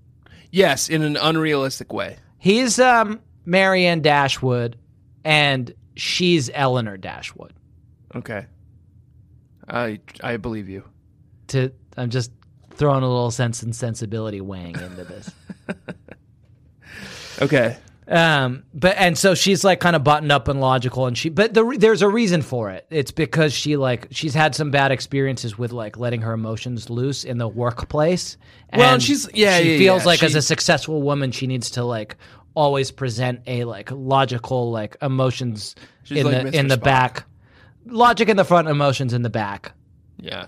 [SPEAKER 3] Yes, in an unrealistic way.
[SPEAKER 2] He's um, Marianne Dashwood, and she's Eleanor Dashwood.
[SPEAKER 3] Okay, I I believe you.
[SPEAKER 2] To I'm just throwing a little sense and sensibility weighing into this.
[SPEAKER 3] Okay,
[SPEAKER 2] Um, but and so she's like kind of buttoned up and logical, and she. But the, re- there's a reason for it. It's because she like she's had some bad experiences with like letting her emotions loose in the workplace. And
[SPEAKER 3] Well, and she's- yeah,
[SPEAKER 2] she
[SPEAKER 3] yeah,
[SPEAKER 2] feels
[SPEAKER 3] yeah.
[SPEAKER 2] like as
[SPEAKER 3] She-
[SPEAKER 2] a successful woman, she needs to like always present a like logical like emotions
[SPEAKER 3] She's
[SPEAKER 2] in
[SPEAKER 3] like
[SPEAKER 2] the
[SPEAKER 3] Mr.
[SPEAKER 2] in the
[SPEAKER 3] Spock.
[SPEAKER 2] back, logic in the front, emotions in the back.
[SPEAKER 3] yeah,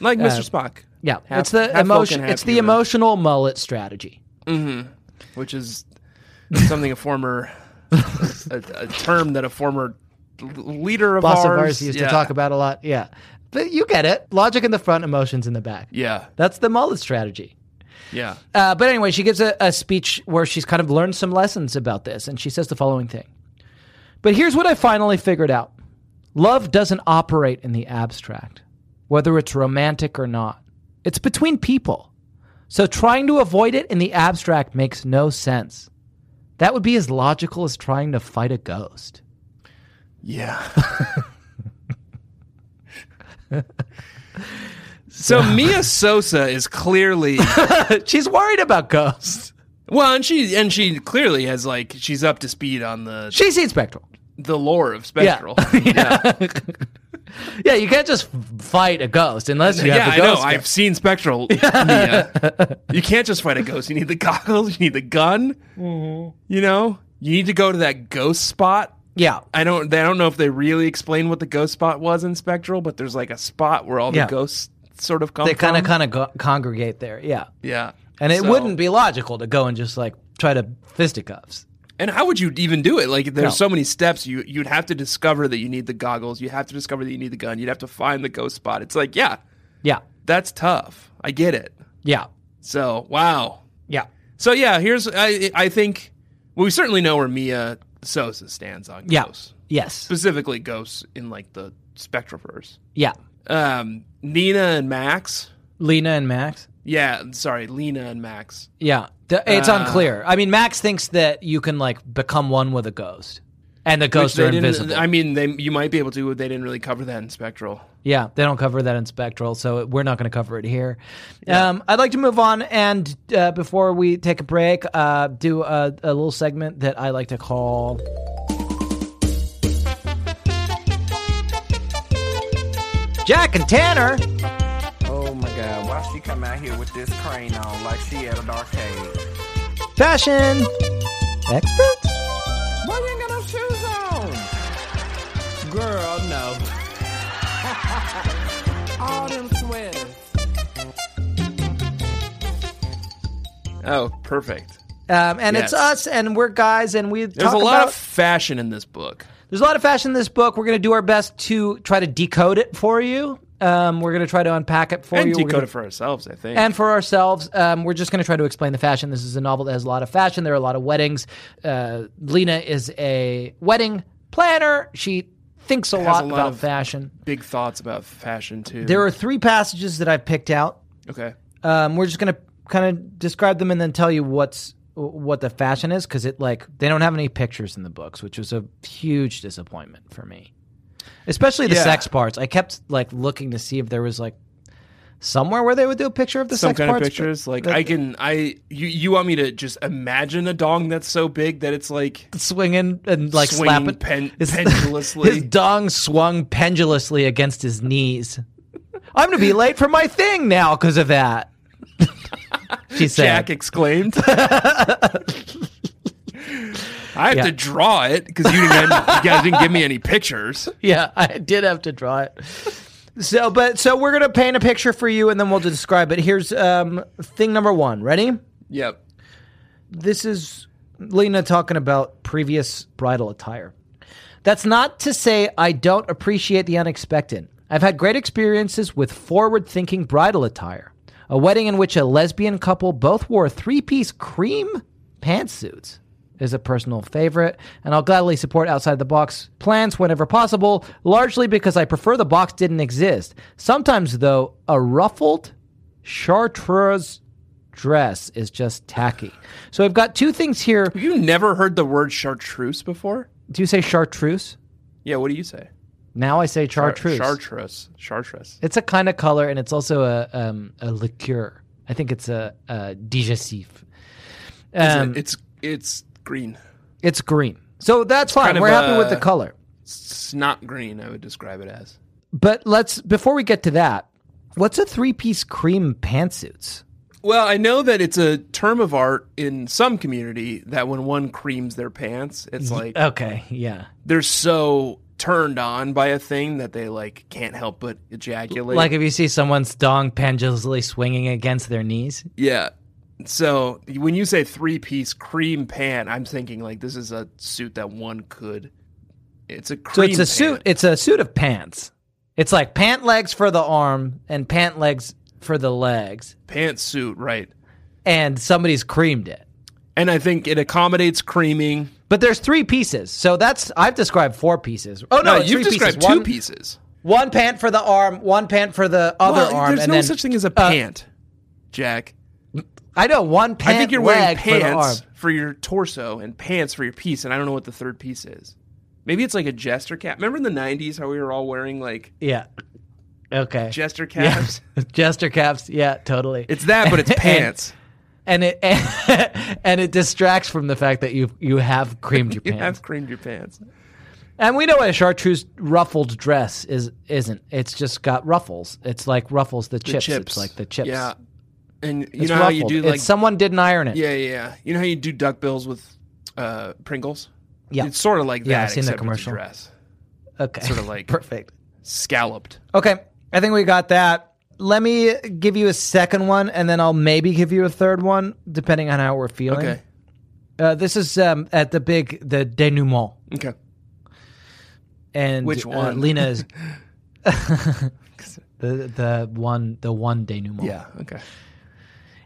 [SPEAKER 3] like Mr. Spock.
[SPEAKER 2] Yeah,
[SPEAKER 3] Half-
[SPEAKER 2] it's the
[SPEAKER 3] half
[SPEAKER 2] emotion.
[SPEAKER 3] Vulcan, half
[SPEAKER 2] It's the
[SPEAKER 3] human.
[SPEAKER 2] emotional mullet strategy.
[SPEAKER 3] which is something a former a, a term that a former l- leader of
[SPEAKER 2] Boss
[SPEAKER 3] ours,
[SPEAKER 2] of ours used
[SPEAKER 3] yeah,
[SPEAKER 2] to talk about a lot. Yeah, but you get it. Logic in the front, emotions in the back.
[SPEAKER 3] Yeah,
[SPEAKER 2] That's the mullet strategy.
[SPEAKER 3] yeah,
[SPEAKER 2] Uh, but anyway, she gives a, a speech where she's kind of learned some lessons about this, and she says the following thing. But here's what I finally figured out love doesn't operate in the abstract, whether it's romantic or not. It's between people. So trying to avoid it in the abstract makes no sense. That would be as logical as trying to fight a ghost.
[SPEAKER 3] Yeah. so Mia Sosa is clearly
[SPEAKER 2] She's worried about ghosts.
[SPEAKER 3] well, and she and she clearly has like she's up to speed on the
[SPEAKER 2] She's seen Spectral.
[SPEAKER 3] the lore of Spectral.
[SPEAKER 2] Yeah. Yeah, you can't just fight a ghost unless you
[SPEAKER 3] Yeah,
[SPEAKER 2] have
[SPEAKER 3] I
[SPEAKER 2] the
[SPEAKER 3] know.
[SPEAKER 2] ghost. gun.
[SPEAKER 3] I've seen Spectral. Mia. You can't just fight a ghost. You need the goggles. You need the gun. You know, you need to go to that ghost spot.
[SPEAKER 2] yeah.
[SPEAKER 3] I don't. They don't know if they really explain what the ghost spot was in Spectral, but there's like a spot where all the
[SPEAKER 2] Yeah.
[SPEAKER 3] ghosts sort of come.
[SPEAKER 2] They kind
[SPEAKER 3] from.
[SPEAKER 2] of kind of go- congregate there. Yeah.
[SPEAKER 3] Yeah,
[SPEAKER 2] And it
[SPEAKER 3] So-
[SPEAKER 2] wouldn't be logical to go and just like try to fisticuffs.
[SPEAKER 3] And how would you even do it? Like, there's
[SPEAKER 2] No.
[SPEAKER 3] so many steps. You you'd have to discover that you need the goggles. You have to discover that you need the gun. You'd have to find the ghost spot. It's like, yeah,
[SPEAKER 2] Yeah.
[SPEAKER 3] that's tough. I get it.
[SPEAKER 2] Yeah.
[SPEAKER 3] So wow.
[SPEAKER 2] Yeah.
[SPEAKER 3] So yeah, here's I I think well, we certainly know where Mia Sosa stands on
[SPEAKER 2] Yeah.
[SPEAKER 3] ghosts,
[SPEAKER 2] Yes.
[SPEAKER 3] specifically ghosts in like the Spectroverse.
[SPEAKER 2] Yeah.
[SPEAKER 3] Um, Nina and Max.
[SPEAKER 2] Lena and Max.
[SPEAKER 3] Yeah, sorry, Lena and Max.
[SPEAKER 2] Yeah. The- it's
[SPEAKER 3] Uh,
[SPEAKER 2] unclear. I mean, Max thinks that you can like become one with a ghost, and the
[SPEAKER 3] Which
[SPEAKER 2] ghosts
[SPEAKER 3] they
[SPEAKER 2] are
[SPEAKER 3] didn't-
[SPEAKER 2] Oh, invisible.
[SPEAKER 3] I mean, they you might be able to. They didn't really cover that in Spectral.
[SPEAKER 2] yeah, they don't cover that in Spectral, so we're not going to cover it here. Um, I'd like to move on, and uh, before we take a break, uh, do a, a little segment that I like to call. Jack and Tanner.
[SPEAKER 4] Oh my god, why she come out here with this crane on like she at an arcade?
[SPEAKER 2] fashion expert.
[SPEAKER 4] Why you ain't got no shoes on? Girl, no. All them sweaters.
[SPEAKER 3] Oh, perfect.
[SPEAKER 2] Um, and
[SPEAKER 3] Yes.
[SPEAKER 2] it's us, and we're guys, and we
[SPEAKER 3] There's
[SPEAKER 2] talk
[SPEAKER 3] a lot
[SPEAKER 2] about.
[SPEAKER 3] of fashion in this book.
[SPEAKER 2] there's a lot of fashion in this book. We're going to do our best to try to decode it for you. Um, we're going to try to unpack it for
[SPEAKER 3] And
[SPEAKER 2] you. Oh, We're
[SPEAKER 3] decode
[SPEAKER 2] gonna-
[SPEAKER 3] it for ourselves, I think.
[SPEAKER 2] and for ourselves, um, we're just going to try to explain the fashion. This is a novel that has a lot of fashion. There are a lot of weddings. Uh, Lena is a wedding planner. She thinks a lot
[SPEAKER 3] a lot
[SPEAKER 2] about
[SPEAKER 3] of-
[SPEAKER 2] fashion.
[SPEAKER 3] Big thoughts about fashion too.
[SPEAKER 2] There are three passages that I've picked out
[SPEAKER 3] okay.
[SPEAKER 2] um, we're just gonna kind of describe them and then tell you what's what the fashion is because it like they don't have any pictures in the books, which was a huge disappointment for me. Especially the
[SPEAKER 3] Yeah.
[SPEAKER 2] sex parts. I kept like looking to see if there was like somewhere where they would do a picture of the
[SPEAKER 3] Some
[SPEAKER 2] sex
[SPEAKER 3] kind of
[SPEAKER 2] parts. but
[SPEAKER 3] pictures. Like
[SPEAKER 2] that-
[SPEAKER 3] I can I you you want me to just imagine a dong that's so big that it's like
[SPEAKER 2] swinging and like
[SPEAKER 3] Swinging
[SPEAKER 2] slapping
[SPEAKER 3] pen- pendulously.
[SPEAKER 2] His dong swung pendulously against his knees. I'm gonna be late for my thing now because of that. she said.
[SPEAKER 3] Jack exclaimed. I have
[SPEAKER 2] Yeah.
[SPEAKER 3] to draw it because you, didn't- you guys didn't give me any pictures.
[SPEAKER 2] yeah, I did have to draw it. So, but so we're gonna paint a picture for you, and then we'll describe it. Here's um, thing number one. Ready?
[SPEAKER 3] Yep.
[SPEAKER 2] This is Lena talking about previous bridal attire. That's not to say I don't appreciate the unexpected. I've had great experiences with forward thinking bridal attire. A wedding in which a lesbian couple both wore three piece cream pantsuits is a personal favorite, and I'll gladly support outside the box plans whenever possible, largely because I prefer the box didn't exist. Sometimes, though, a ruffled chartreuse dress is just tacky. So I've got two things here.
[SPEAKER 3] You never heard the word chartreuse before?
[SPEAKER 2] Do you say chartreuse?
[SPEAKER 3] Yeah, what do you say?
[SPEAKER 2] Now I say
[SPEAKER 3] Char-
[SPEAKER 2] chartreuse.
[SPEAKER 3] Chartreuse. Chartreuse.
[SPEAKER 2] It's a kind of color, and it's also a um, a liqueur. I think it's a, a digestif. Um,
[SPEAKER 3] it's it's green.
[SPEAKER 2] it's green, so that's fine.
[SPEAKER 3] kind of
[SPEAKER 2] We're happy with
[SPEAKER 3] a-
[SPEAKER 2] the color.
[SPEAKER 3] It's not green, I would describe it as.
[SPEAKER 2] But let's before we get to that, what's a three piece cream pantsuits?
[SPEAKER 3] Well, I know that it's a term of art in some community that when one creams their pants, it's like
[SPEAKER 2] Okay, yeah,
[SPEAKER 3] they're so turned on by a thing that they like can't help but ejaculate.
[SPEAKER 2] like if you see someone's dong pendulously swinging against their knees.
[SPEAKER 3] yeah. So when you say three piece cream pant, I'm thinking like this is a suit that one could. It's a
[SPEAKER 2] So
[SPEAKER 3] cream.
[SPEAKER 2] it's a
[SPEAKER 3] pant.
[SPEAKER 2] suit. It's a suit of pants. It's like pant legs for the arm and pant legs for the legs,
[SPEAKER 3] pant suit, right?
[SPEAKER 2] and somebody's creamed it.
[SPEAKER 3] And I think it accommodates creaming.
[SPEAKER 2] But there's three pieces. So that's I've described four pieces. Oh no,
[SPEAKER 3] No,
[SPEAKER 2] it's
[SPEAKER 3] you've
[SPEAKER 2] three
[SPEAKER 3] described
[SPEAKER 2] pieces.
[SPEAKER 3] two
[SPEAKER 2] one,
[SPEAKER 3] pieces.
[SPEAKER 2] One pant for the arm, one pant for the other
[SPEAKER 3] Well,
[SPEAKER 2] arm.
[SPEAKER 3] there's
[SPEAKER 2] and
[SPEAKER 3] no
[SPEAKER 2] then,
[SPEAKER 3] such thing as a
[SPEAKER 2] uh,
[SPEAKER 3] pant, Jack.
[SPEAKER 2] I know one pant
[SPEAKER 3] I think you're
[SPEAKER 2] leg
[SPEAKER 3] wearing
[SPEAKER 2] for the arm.
[SPEAKER 3] pants for the arm. for your torso and pants for your piece, and I don't know what the third piece is. Maybe it's like a jester cap. Remember in the '90s how we were all wearing like
[SPEAKER 2] Yeah. Okay.
[SPEAKER 3] jester
[SPEAKER 2] Yeah.
[SPEAKER 3] caps?
[SPEAKER 2] Jester caps. Yeah, totally.
[SPEAKER 3] It's that, but it's
[SPEAKER 2] And-
[SPEAKER 3] pants.
[SPEAKER 2] and it and, it distracts from the fact that you you have creamed your
[SPEAKER 3] You
[SPEAKER 2] pants.
[SPEAKER 3] have creamed your pants.
[SPEAKER 2] And we know what a chartreuse ruffled dress is isn't. It's just got ruffles. It's like ruffles the, chips. It's like the chips.
[SPEAKER 3] Yeah. And you
[SPEAKER 2] It's
[SPEAKER 3] know how you
[SPEAKER 2] ruffled.
[SPEAKER 3] do
[SPEAKER 2] It's
[SPEAKER 3] like
[SPEAKER 2] someone didn't iron it.
[SPEAKER 3] Yeah, yeah, yeah. You know how you do duck bills with uh, Pringles?
[SPEAKER 2] Yeah.
[SPEAKER 3] It's sort of like that,
[SPEAKER 2] Yeah, I've seen that
[SPEAKER 3] except
[SPEAKER 2] commercial.
[SPEAKER 3] it's a dress.
[SPEAKER 2] Okay.
[SPEAKER 3] Sort of like-
[SPEAKER 2] perfect.
[SPEAKER 3] Scalloped.
[SPEAKER 2] Okay. I think we got that. Let me give you a second one, and then I'll maybe give you a third one, depending on how we're feeling.
[SPEAKER 3] Okay.
[SPEAKER 2] Uh, this is um, at the big the denouement,
[SPEAKER 3] Okay.
[SPEAKER 2] and
[SPEAKER 3] Which
[SPEAKER 2] uh,
[SPEAKER 3] one?
[SPEAKER 2] Lena is the the one the one denouement.
[SPEAKER 3] Yeah, okay.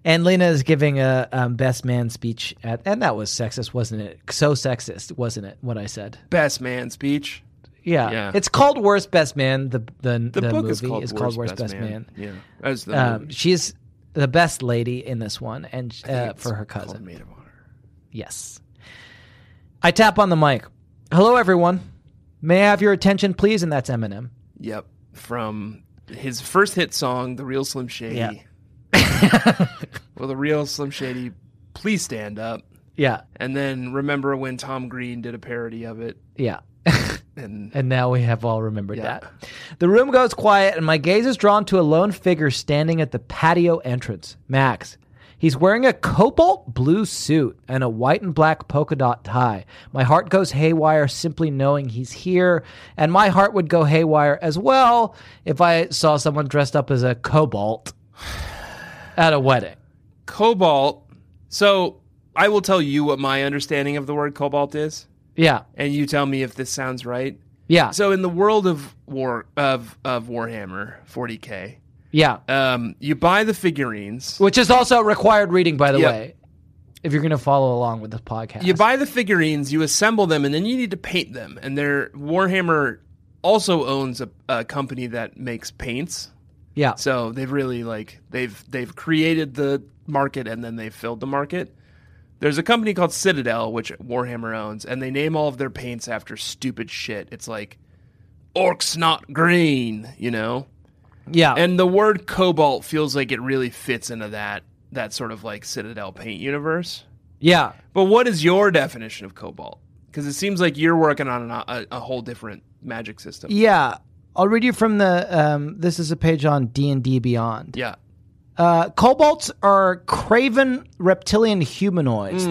[SPEAKER 2] And Lena is giving a um, best man speech at, and that was sexist, wasn't it? So sexist, wasn't it? What I said.
[SPEAKER 3] Best man speech.
[SPEAKER 2] Yeah.
[SPEAKER 3] Yeah.
[SPEAKER 2] It's called Worst Best Man. The the,
[SPEAKER 3] The, book
[SPEAKER 2] movie
[SPEAKER 3] is called, Worst Best, man. Yeah. As the
[SPEAKER 2] Um,
[SPEAKER 3] movie.
[SPEAKER 2] she's the best lady in this one, and
[SPEAKER 3] I think
[SPEAKER 2] uh,
[SPEAKER 3] it's
[SPEAKER 2] for her
[SPEAKER 3] called
[SPEAKER 2] cousin.
[SPEAKER 3] Maid of Honor.
[SPEAKER 2] Yes. I tap on the mic. Hello, everyone. May I have your attention, please? And that's Eminem.
[SPEAKER 3] Yep. From his first hit song, The Real Slim Shady.
[SPEAKER 2] Yeah.
[SPEAKER 3] Well, The Real Slim Shady, Please Stand Up.
[SPEAKER 2] Yeah.
[SPEAKER 3] And then remember when Tom Green did a parody of it
[SPEAKER 2] Yeah.
[SPEAKER 3] and
[SPEAKER 2] And now we have all remembered
[SPEAKER 3] Yeah.
[SPEAKER 2] that. The room goes quiet, and my gaze is drawn to a lone figure standing at the patio entrance Max. He's wearing a cobalt blue suit and a white and black polka dot tie. My heart goes haywire simply knowing he's here, and my heart would go haywire as well if I saw someone dressed up as a cobalt at a wedding.
[SPEAKER 3] cobalt. So I will tell you what my understanding of the word cobalt is,
[SPEAKER 2] Yeah.
[SPEAKER 3] and you tell me if this sounds right.
[SPEAKER 2] Yeah.
[SPEAKER 3] So in the world of war of of Warhammer 40k,
[SPEAKER 2] yeah.
[SPEAKER 3] um, you buy the figurines.
[SPEAKER 2] Which is also required reading, by the
[SPEAKER 3] Yeah.
[SPEAKER 2] way, if you're going to follow along with this podcast.
[SPEAKER 3] You buy the figurines, you assemble them, and then you need to paint them. And their Warhammer also owns a, a company that makes paints.
[SPEAKER 2] yeah.
[SPEAKER 3] So they've really like they've they've created the market and then they've filled the market. There's a company called Citadel which Warhammer owns, and they name all of their paints after stupid shit. It's like orcs not green, you know.
[SPEAKER 2] Yeah.
[SPEAKER 3] And the word cobalt feels like it really fits into that that sort of like Citadel paint universe.
[SPEAKER 2] yeah.
[SPEAKER 3] But what is your definition of cobalt? Because it seems like you're working on an, uh, a, a whole different magic system.
[SPEAKER 2] Yeah, I'll read you from the. Um, this is a page on D and D Beyond.
[SPEAKER 3] Yeah.
[SPEAKER 2] Uh, kobolds are craven reptilian humanoids.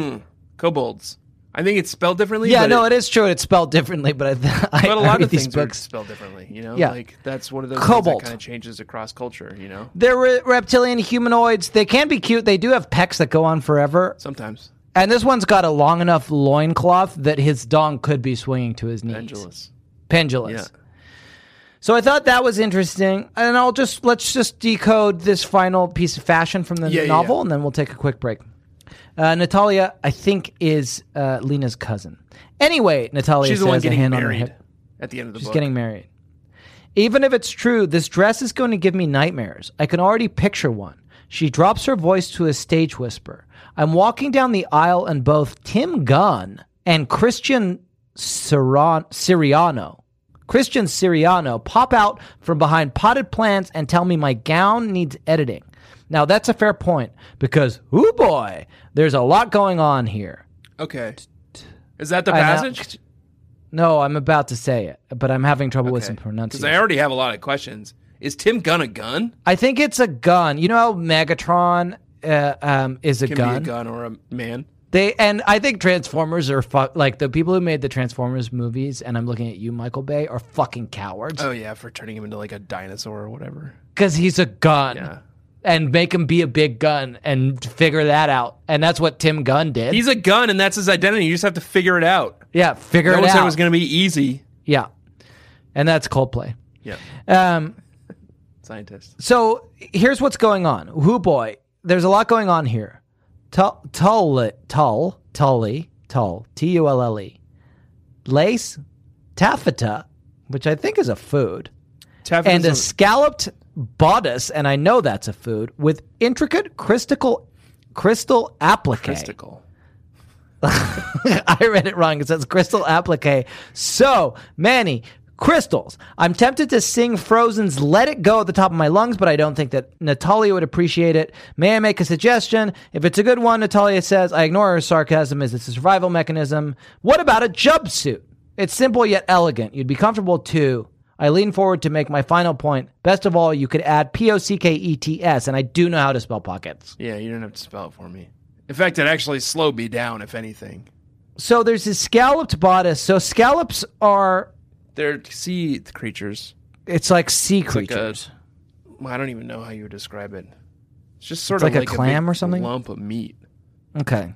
[SPEAKER 3] Kobolds. I think it's spelled differently.
[SPEAKER 2] yeah,
[SPEAKER 3] Hmm. but
[SPEAKER 2] no, it is true. It's spelled differently, but I, th- I,
[SPEAKER 3] but a
[SPEAKER 2] I
[SPEAKER 3] lot
[SPEAKER 2] read
[SPEAKER 3] of
[SPEAKER 2] these
[SPEAKER 3] things are
[SPEAKER 2] books.
[SPEAKER 3] spelled differently. You know,
[SPEAKER 2] Yeah.
[SPEAKER 3] like that's one of those
[SPEAKER 2] Cobalt.
[SPEAKER 3] things that kind of changes across culture. You know,
[SPEAKER 2] They're re- reptilian humanoids. They can be cute. They do have pecs that go on forever.
[SPEAKER 3] sometimes
[SPEAKER 2] And this one's got a long enough loincloth that his dong could be swinging to his knees.
[SPEAKER 3] pendulous. Yeah,
[SPEAKER 2] Pendulous. So I thought that was interesting, and I'll just let's just decode this final piece of fashion from the
[SPEAKER 3] Yeah, yeah,
[SPEAKER 2] novel,
[SPEAKER 3] yeah.
[SPEAKER 2] and then we'll take a quick break. Uh, Natalia, I think, is uh, Lena's cousin. Anyway, Natalia
[SPEAKER 3] she's
[SPEAKER 2] says
[SPEAKER 3] the one
[SPEAKER 2] a
[SPEAKER 3] getting
[SPEAKER 2] hand on her
[SPEAKER 3] married
[SPEAKER 2] hip.
[SPEAKER 3] at the end of the
[SPEAKER 2] She's
[SPEAKER 3] book.
[SPEAKER 2] getting married. Even if it's true, this dress is going to give me nightmares. I can already picture one. She drops her voice to a stage whisper. I'm walking down the aisle, and both Tim Gunn and Christian Siran- Siriano, Christian Siriano, pop out from behind potted plants and tell me my gown needs editing. Now that's a fair point because, oh boy, there's a lot going on here.
[SPEAKER 3] okay, is that the
[SPEAKER 2] I know.
[SPEAKER 3] passage?
[SPEAKER 2] No, I'm about to say it, but I'm having trouble with some
[SPEAKER 3] Because
[SPEAKER 2] pronunciation.
[SPEAKER 3] I already have a lot of questions. Is Tim Gunn a gun?
[SPEAKER 2] I think it's a gun. You know how Megatron uh, um, is a
[SPEAKER 3] Can
[SPEAKER 2] gun?
[SPEAKER 3] be a gun or a man.
[SPEAKER 2] They and I think Transformers are fu- like the people who made the Transformers movies. And I'm looking at you, Michael Bay, are fucking cowards
[SPEAKER 3] Oh yeah, for turning him into like a dinosaur or whatever.
[SPEAKER 2] because he's a gun.
[SPEAKER 3] Yeah.
[SPEAKER 2] And make him be a big gun and figure that out. And that's what Tim Gunn did.
[SPEAKER 3] He's a gun, and that's his identity. You just have to figure it out.
[SPEAKER 2] yeah, figure
[SPEAKER 3] No
[SPEAKER 2] it
[SPEAKER 3] one
[SPEAKER 2] out.
[SPEAKER 3] said it was going to be easy.
[SPEAKER 2] yeah, and that's Coldplay.
[SPEAKER 3] Yeah,
[SPEAKER 2] Um,
[SPEAKER 3] scientist.
[SPEAKER 2] So here's what's going on. Who boy, there's a lot going on here. Tull, tull, tull, tully, tull, T U L L E. Lace, taffeta, which I think is a food,
[SPEAKER 3] Taff
[SPEAKER 2] and a
[SPEAKER 3] is
[SPEAKER 2] scalloped bodice, and I know that's a food, with intricate crystal crystal applique.
[SPEAKER 3] mystical.
[SPEAKER 2] I read it wrong. It says crystal applique. So many crystals. I'm tempted to sing Frozen's Let It Go at the top of my lungs, but I don't think that Natalia would appreciate it. May I make a suggestion? If it's a good one, Natalia says, I ignore her sarcasm. Is this a survival mechanism? What about a jumpsuit? It's simple yet elegant. You'd be comfortable too. I lean forward to make my final point. Best of all, you could add P O C K E T S, and I do know how to spell pockets.
[SPEAKER 3] Yeah, you don't have to spell it for me. In fact, it actually slowed me down, if anything.
[SPEAKER 2] So there's this scalloped bodice. So scallops are
[SPEAKER 3] They're sea creatures.
[SPEAKER 2] it's like sea
[SPEAKER 3] It's like a-
[SPEAKER 2] creatures.
[SPEAKER 3] well, I don't even know how you would describe it. It's just sort
[SPEAKER 2] It's
[SPEAKER 3] of
[SPEAKER 2] like a
[SPEAKER 3] big
[SPEAKER 2] clam or something?
[SPEAKER 3] Lump of meat.
[SPEAKER 2] okay.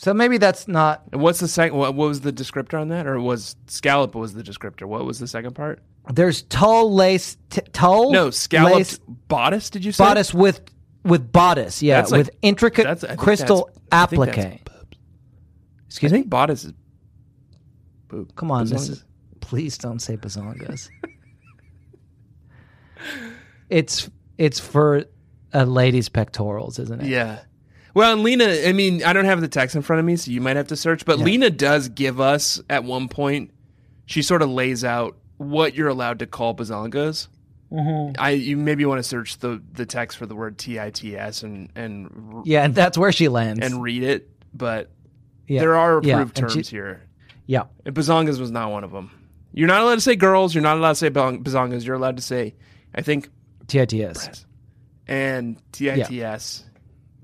[SPEAKER 2] So maybe that's not
[SPEAKER 3] And what's the second? What, what was the descriptor on that? Or was scallop was the descriptor? What was the second part?
[SPEAKER 2] there's tulle lace t- tulle
[SPEAKER 3] No, scalloped
[SPEAKER 2] lace
[SPEAKER 3] bodice. Did you say?
[SPEAKER 2] bodice with with bodice, yeah,
[SPEAKER 3] That's like-
[SPEAKER 2] with intricate
[SPEAKER 3] That's I think
[SPEAKER 2] crystal
[SPEAKER 3] that's- I think
[SPEAKER 2] applique.
[SPEAKER 3] that's boobs.
[SPEAKER 2] Excuse
[SPEAKER 3] I
[SPEAKER 2] me?
[SPEAKER 3] think bodice is boob.
[SPEAKER 2] Come on, this
[SPEAKER 3] bazongas.
[SPEAKER 2] is, please don't say bazongas. it's it's for a lady's pectorals, isn't it?
[SPEAKER 3] Yeah. Well, and Lena, I mean, I don't have the text in front of me, so you might have to search, but Lena does give us at one point, she sort of lays out what you're allowed to call bazongas.
[SPEAKER 2] Mm-hmm.
[SPEAKER 3] I you maybe want to search the the text for the word T I T S and and
[SPEAKER 2] Yeah, and that's where she lands.
[SPEAKER 3] and read it, but
[SPEAKER 2] yeah.
[SPEAKER 3] there are approved
[SPEAKER 2] yeah, and
[SPEAKER 3] terms
[SPEAKER 2] she-
[SPEAKER 3] here.
[SPEAKER 2] Yeah.
[SPEAKER 3] And bazongas was not one of them. You're not allowed to say girls. You're not allowed to say bong- bazongas. You're allowed to say, I think,
[SPEAKER 2] TITS.
[SPEAKER 3] and T I T S,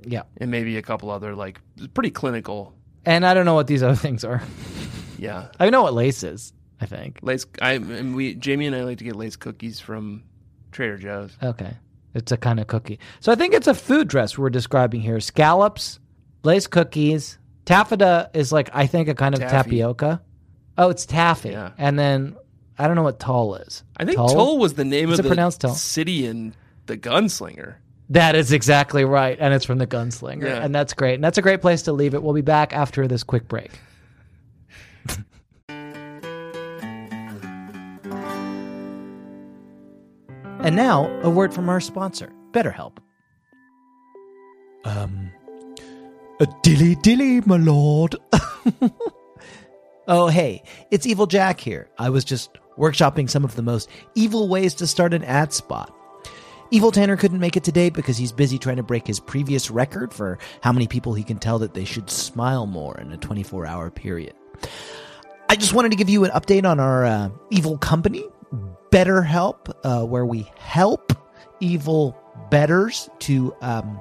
[SPEAKER 2] Yeah.
[SPEAKER 3] and maybe a couple other like pretty clinical.
[SPEAKER 2] And I don't know what these other things are.
[SPEAKER 3] Yeah,
[SPEAKER 2] I know what lace is, I think.
[SPEAKER 3] Lay's. I and we Jamie and I like to get Lay's cookies from Trader Joe's.
[SPEAKER 2] Okay. It's a kind of cookie. So I think it's a food dress we're describing here. Scallops, lace cookies. Taffeta is like, I think, a kind of
[SPEAKER 3] Taffy.
[SPEAKER 2] tapioca. Oh, it's taffy.
[SPEAKER 3] Yeah.
[SPEAKER 2] And then I don't know what tall is.
[SPEAKER 3] I think
[SPEAKER 2] Tull?
[SPEAKER 3] Toll, was the name
[SPEAKER 2] Is
[SPEAKER 3] of
[SPEAKER 2] it
[SPEAKER 3] the
[SPEAKER 2] pronounced Tull?
[SPEAKER 3] city in The Gunslinger.
[SPEAKER 2] That is exactly right. And it's from The Gunslinger.
[SPEAKER 3] Yeah.
[SPEAKER 2] And that's great. And that's a great place to leave it. We'll be back after this quick break. and now, a word from our sponsor, BetterHelp. Um, a dilly dilly, my lord. Oh, hey, it's Evil Jack here. I was just workshopping some of the most evil ways to start an ad spot. Evil Tanner couldn't make it today because he's busy trying to break his previous record for how many people he can tell that they should smile more in a 24 hour period. I just wanted to give you an update on our uh, evil company, BetterHelp, uh, where we help evil betters to um,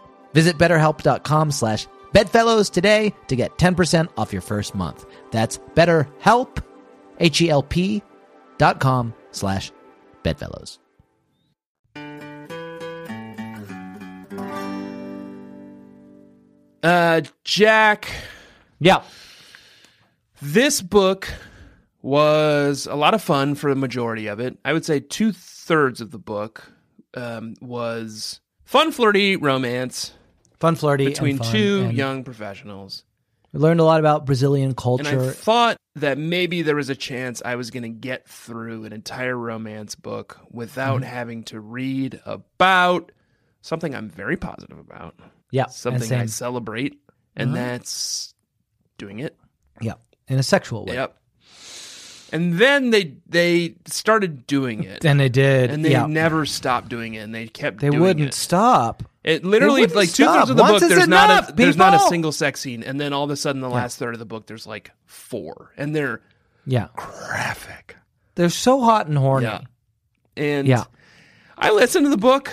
[SPEAKER 2] Visit betterhelp.com slash bedfellows today to get 10% off your first month. That's betterhelp, H-E-L-P dot com slash bedfellows.
[SPEAKER 3] Uh, Jack,
[SPEAKER 2] Yeah.
[SPEAKER 3] this book was a lot of fun for the majority of it. I would say two thirds of the book um, was fun, flirty romance
[SPEAKER 2] Fun flirty.
[SPEAKER 3] between two young professionals.
[SPEAKER 2] We learned a lot about Brazilian
[SPEAKER 3] And
[SPEAKER 2] culture.
[SPEAKER 3] I thought that maybe there was a chance I was going to get
[SPEAKER 2] Mm-hmm.
[SPEAKER 3] through an entire romance book without having to read about something I'm very positive about,
[SPEAKER 2] Yeah. and
[SPEAKER 3] something I
[SPEAKER 2] same. Uh-huh.
[SPEAKER 3] celebrate, and that's doing it.
[SPEAKER 2] Yeah. In a sexual way.
[SPEAKER 3] Yep. And then they they started doing it.
[SPEAKER 2] And they did.
[SPEAKER 3] and they
[SPEAKER 2] yeah.
[SPEAKER 3] never stopped doing it, and they kept.
[SPEAKER 2] they
[SPEAKER 3] doing
[SPEAKER 2] wouldn't
[SPEAKER 3] It,
[SPEAKER 2] stop.
[SPEAKER 3] it literally
[SPEAKER 2] wouldn't
[SPEAKER 3] like two
[SPEAKER 2] stop.
[SPEAKER 3] thirds of the
[SPEAKER 2] Once
[SPEAKER 3] book.
[SPEAKER 2] is
[SPEAKER 3] There's not a
[SPEAKER 2] enough,
[SPEAKER 3] there's not a
[SPEAKER 2] people.
[SPEAKER 3] single sex scene, and then all of a sudden, the last third of the book, there's like four, and they're
[SPEAKER 2] Yeah.
[SPEAKER 3] graphic.
[SPEAKER 2] They're so hot and horny.
[SPEAKER 3] Yeah, and
[SPEAKER 2] Yeah.
[SPEAKER 3] I listened to the book,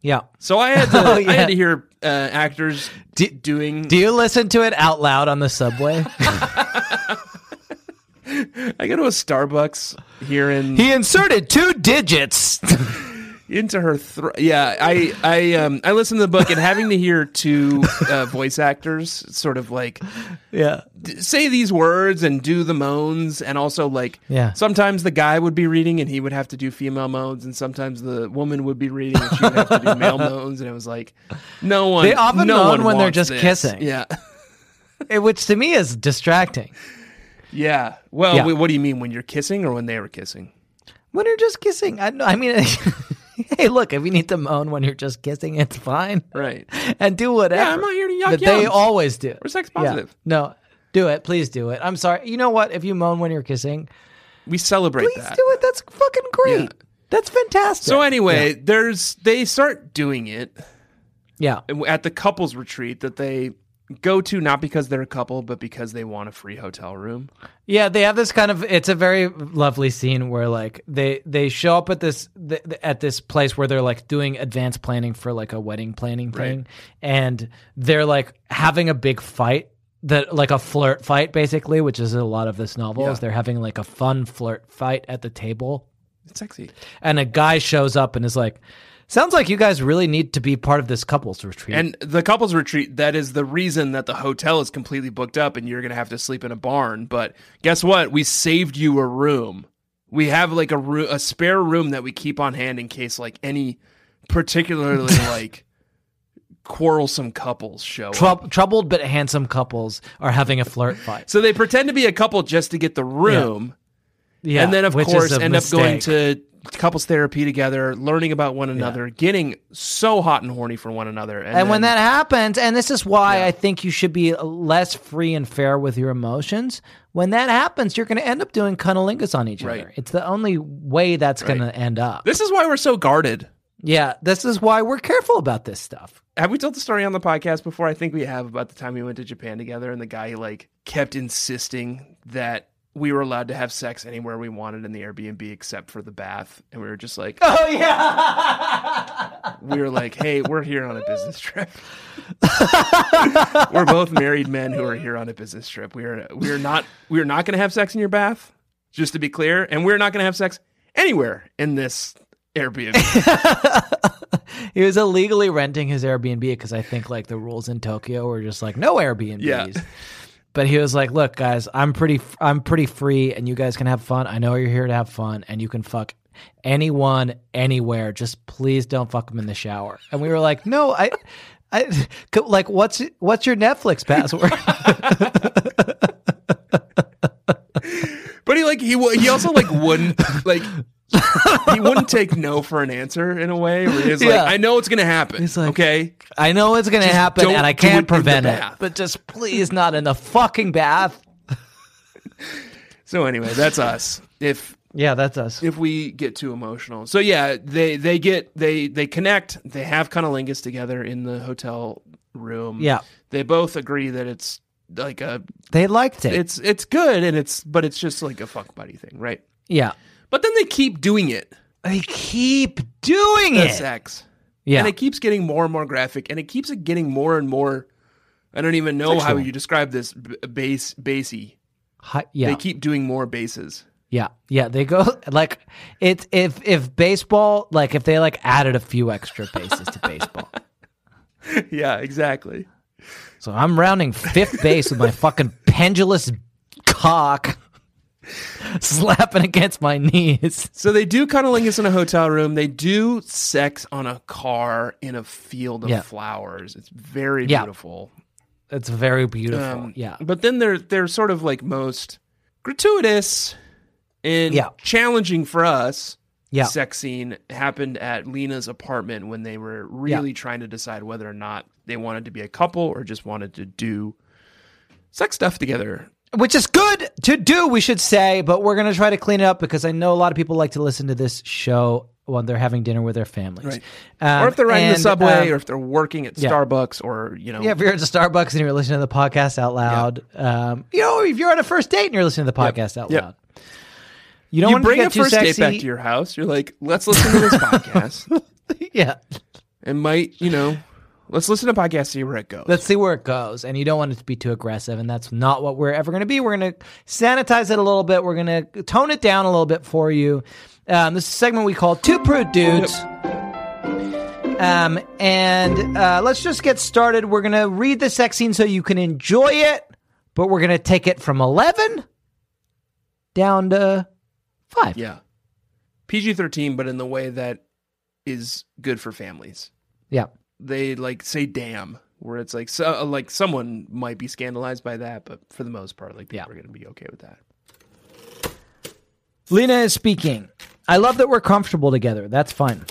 [SPEAKER 2] Yeah.
[SPEAKER 3] so I had to
[SPEAKER 2] Oh,
[SPEAKER 3] I
[SPEAKER 2] yeah.
[SPEAKER 3] had to hear uh, actors
[SPEAKER 2] Do-
[SPEAKER 3] doing.
[SPEAKER 2] Do you listen to it out loud on the subway?
[SPEAKER 3] I go to a Starbucks here in
[SPEAKER 2] he inserted two digits.
[SPEAKER 3] into her throat. Yeah, I I um I listened to the book and having to hear two uh, voice actors sort of like
[SPEAKER 2] yeah.
[SPEAKER 3] say these words and do the moans and also like
[SPEAKER 2] Yeah.
[SPEAKER 3] sometimes the guy would be reading and he would have to do female moans and sometimes the woman would be reading and she would have to do male moans and it was like no one
[SPEAKER 2] They often
[SPEAKER 3] no
[SPEAKER 2] moan
[SPEAKER 3] one
[SPEAKER 2] when they're
[SPEAKER 3] wants
[SPEAKER 2] just
[SPEAKER 3] this.
[SPEAKER 2] kissing.
[SPEAKER 3] yeah
[SPEAKER 2] Eh, Which to me is distracting.
[SPEAKER 3] yeah well
[SPEAKER 2] Yeah.
[SPEAKER 3] wait, what do you mean when you're kissing or when they were kissing
[SPEAKER 2] When you're just kissing, I, I mean, hey, look, if you need to moan when you're just kissing, it's fine.
[SPEAKER 3] right
[SPEAKER 2] And do whatever.
[SPEAKER 3] Yeah, I'm not here to yuck
[SPEAKER 2] But they
[SPEAKER 3] yums.
[SPEAKER 2] always do.
[SPEAKER 3] We're sex
[SPEAKER 2] Yeah.
[SPEAKER 3] positive.
[SPEAKER 2] No, do it. Please do it. I'm sorry. You know what? If you moan when you're kissing,
[SPEAKER 3] we celebrate
[SPEAKER 2] please
[SPEAKER 3] that
[SPEAKER 2] do it. That's fucking great.
[SPEAKER 3] Yeah.
[SPEAKER 2] That's fantastic.
[SPEAKER 3] so anyway there's they start doing it
[SPEAKER 2] yeah.
[SPEAKER 3] at the couples retreat that they go to not because they're a couple but because they want a free hotel room
[SPEAKER 2] Yeah, they have this kind of. It's a very lovely scene where like they they show up at this th- th- at this place where they're like doing advanced planning for like a wedding planning thing, and they're like having a big fight that like a flirt fight basically, which is a lot of this novel. Is
[SPEAKER 3] Yeah.
[SPEAKER 2] they're having like a fun flirt fight at the table
[SPEAKER 3] it's sexy
[SPEAKER 2] and a guy shows up and is like, "Sounds like you guys really need to be part of this couples retreat."
[SPEAKER 3] And the couples retreat, that is the reason that the hotel is completely booked up and you're going to have to sleep in a barn. But guess what? We saved you a room. We have like a, roo- a spare room that we keep on hand in case like any particularly like quarrelsome couples show up.
[SPEAKER 2] Trou- troubled but handsome couples are having a flirt fight.
[SPEAKER 3] So they pretend to be a couple just to get the room.
[SPEAKER 2] Yeah,
[SPEAKER 3] and then, of
[SPEAKER 2] which is
[SPEAKER 3] course,
[SPEAKER 2] a
[SPEAKER 3] end up going
[SPEAKER 2] mistake.
[SPEAKER 3] to couples therapy together, learning about one another, getting so hot and horny for one another. And,
[SPEAKER 2] And when
[SPEAKER 3] then-
[SPEAKER 2] that happens, and this is why I think you should be less free and fair with your emotions. When that happens, you're going to end up doing cunnilingus on each
[SPEAKER 3] Right.
[SPEAKER 2] other. It's the only way that's going to end up.
[SPEAKER 3] This is why we're so guarded.
[SPEAKER 2] yeah, this is why we're careful about this stuff.
[SPEAKER 3] Have we told the story on the podcast before? I think we have about the time we went to Japan together and the guy like kept insisting that we were allowed to have sex anywhere we wanted in the Airbnb except for the bath. And we were just like,
[SPEAKER 2] Oh yeah.
[SPEAKER 3] we were like, hey, we're here on a business trip. we're both married men who are here on a business trip. We are we are not we are not going to have sex in your bath, just to be clear, and we're not going to have sex anywhere in this Airbnb.
[SPEAKER 2] He was illegally renting his Airbnb because I think like the rules in Tokyo were just like no Airbnbs.
[SPEAKER 3] Yeah.
[SPEAKER 2] But he was like, "Look, guys, I'm pretty, I'm pretty free, and you guys can have fun. I know you're here to have fun, and you can fuck anyone, anywhere. Just please don't fuck them in the shower." And we were like, "No, I, I, co- like, what's what's your Netflix password?"
[SPEAKER 3] but he like he wa- he also like wouldn't like he wouldn't take no for an answer in a way. Where he's
[SPEAKER 2] Yeah.
[SPEAKER 3] like, I know it's going to happen.
[SPEAKER 2] He's like-
[SPEAKER 3] okay,
[SPEAKER 2] I know it's gonna happen,
[SPEAKER 3] don't
[SPEAKER 2] and I
[SPEAKER 3] do
[SPEAKER 2] can't
[SPEAKER 3] it in the
[SPEAKER 2] prevent it.
[SPEAKER 3] bath.
[SPEAKER 2] But just please, not in the fucking bath.
[SPEAKER 3] so anyway, that's us. If
[SPEAKER 2] Yeah, that's us.
[SPEAKER 3] if we get too emotional. So yeah, they they get they they connect. They have cunnilingus together in the hotel room.
[SPEAKER 2] Yeah.
[SPEAKER 3] they both agree that it's like a
[SPEAKER 2] They liked it.
[SPEAKER 3] it's it's good and it's but it's just like a fuck buddy thing, right?
[SPEAKER 2] yeah,
[SPEAKER 3] But then they keep doing it.
[SPEAKER 2] they keep doing
[SPEAKER 3] The
[SPEAKER 2] it.
[SPEAKER 3] sex.
[SPEAKER 2] Yeah,
[SPEAKER 3] And it keeps getting more and more graphic, and it keeps getting more and more. I don't even know how
[SPEAKER 2] Sexual.
[SPEAKER 3] you describe this. B- base, basey.
[SPEAKER 2] Hi- yeah.
[SPEAKER 3] They keep doing more bases.
[SPEAKER 2] Yeah, yeah, they go like it's if if baseball like if they like added a few extra bases to baseball.
[SPEAKER 3] yeah, exactly.
[SPEAKER 2] So I'm rounding fifth base with my fucking pendulous cock slapping against my knees.
[SPEAKER 3] So they do cunnilingus in a hotel room. They do sex on a car in a field of
[SPEAKER 2] Yeah.
[SPEAKER 3] flowers. It's very
[SPEAKER 2] Yeah.
[SPEAKER 3] beautiful.
[SPEAKER 2] It's very beautiful.
[SPEAKER 3] Um,
[SPEAKER 2] yeah.
[SPEAKER 3] But then they're they're sort of like most gratuitous and
[SPEAKER 2] Yeah.
[SPEAKER 3] challenging for us
[SPEAKER 2] Yeah.
[SPEAKER 3] sex scene happened at Lena's apartment when they were really trying to decide whether or not they wanted to be a couple or just wanted to do sex stuff together.
[SPEAKER 2] which is good to do, we should say, but we're going to try to clean it up because I know a lot of people like to listen to this show when they're having dinner with their families.
[SPEAKER 3] Right.
[SPEAKER 2] Um,
[SPEAKER 3] or if they're riding
[SPEAKER 2] and,
[SPEAKER 3] the subway
[SPEAKER 2] um,
[SPEAKER 3] or if they're working at
[SPEAKER 2] yeah.
[SPEAKER 3] Starbucks or, you know,
[SPEAKER 2] yeah, if you're at a Starbucks and you're listening to the podcast out loud, um, you know, if you're on a first date and you're listening to the podcast out
[SPEAKER 3] Yep.
[SPEAKER 2] loud, you don't
[SPEAKER 3] you
[SPEAKER 2] want
[SPEAKER 3] bring
[SPEAKER 2] to
[SPEAKER 3] a
[SPEAKER 2] get too
[SPEAKER 3] first
[SPEAKER 2] sexy.
[SPEAKER 3] date back to your house. You're like, let's listen to this podcast.
[SPEAKER 2] yeah,
[SPEAKER 3] And might, you know, let's listen to podcast, see where it goes.
[SPEAKER 2] let's see where it goes. And you don't want it to be too aggressive, and that's not what we're ever going to be. We're going to sanitize it a little bit. We're going to tone it down a little bit for you. Um, this is a segment we call Two Prude Dudes. Um, and uh, let's just get started. We're going to read the sex scene so you can enjoy it, but we're going to take it from 11 down to 5.
[SPEAKER 3] yeah. PG 13, but in the way that is good for families.
[SPEAKER 2] Yeah.
[SPEAKER 3] They like say damn, where it's like, so, uh, like someone might be scandalized by that, but for the most part, like people
[SPEAKER 2] Yeah.
[SPEAKER 3] are going to be okay with that.
[SPEAKER 2] Lena is speaking. I love that we're comfortable together. That's fine.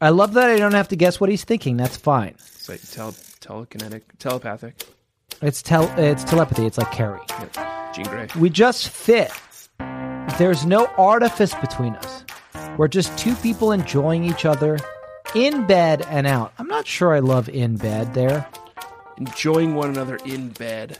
[SPEAKER 2] I love that I don't have to guess what he's thinking. That's fine.
[SPEAKER 3] It's like tele- telekinetic, telepathic.
[SPEAKER 2] It's tel- it's telepathy. It's like Carrie.
[SPEAKER 3] Yeah. Jean Grey.
[SPEAKER 2] We just fit. There's no artifice between us. We're just two people enjoying each other in bed and out. I'm not sure I love in bed there.
[SPEAKER 3] Enjoying one another in bed.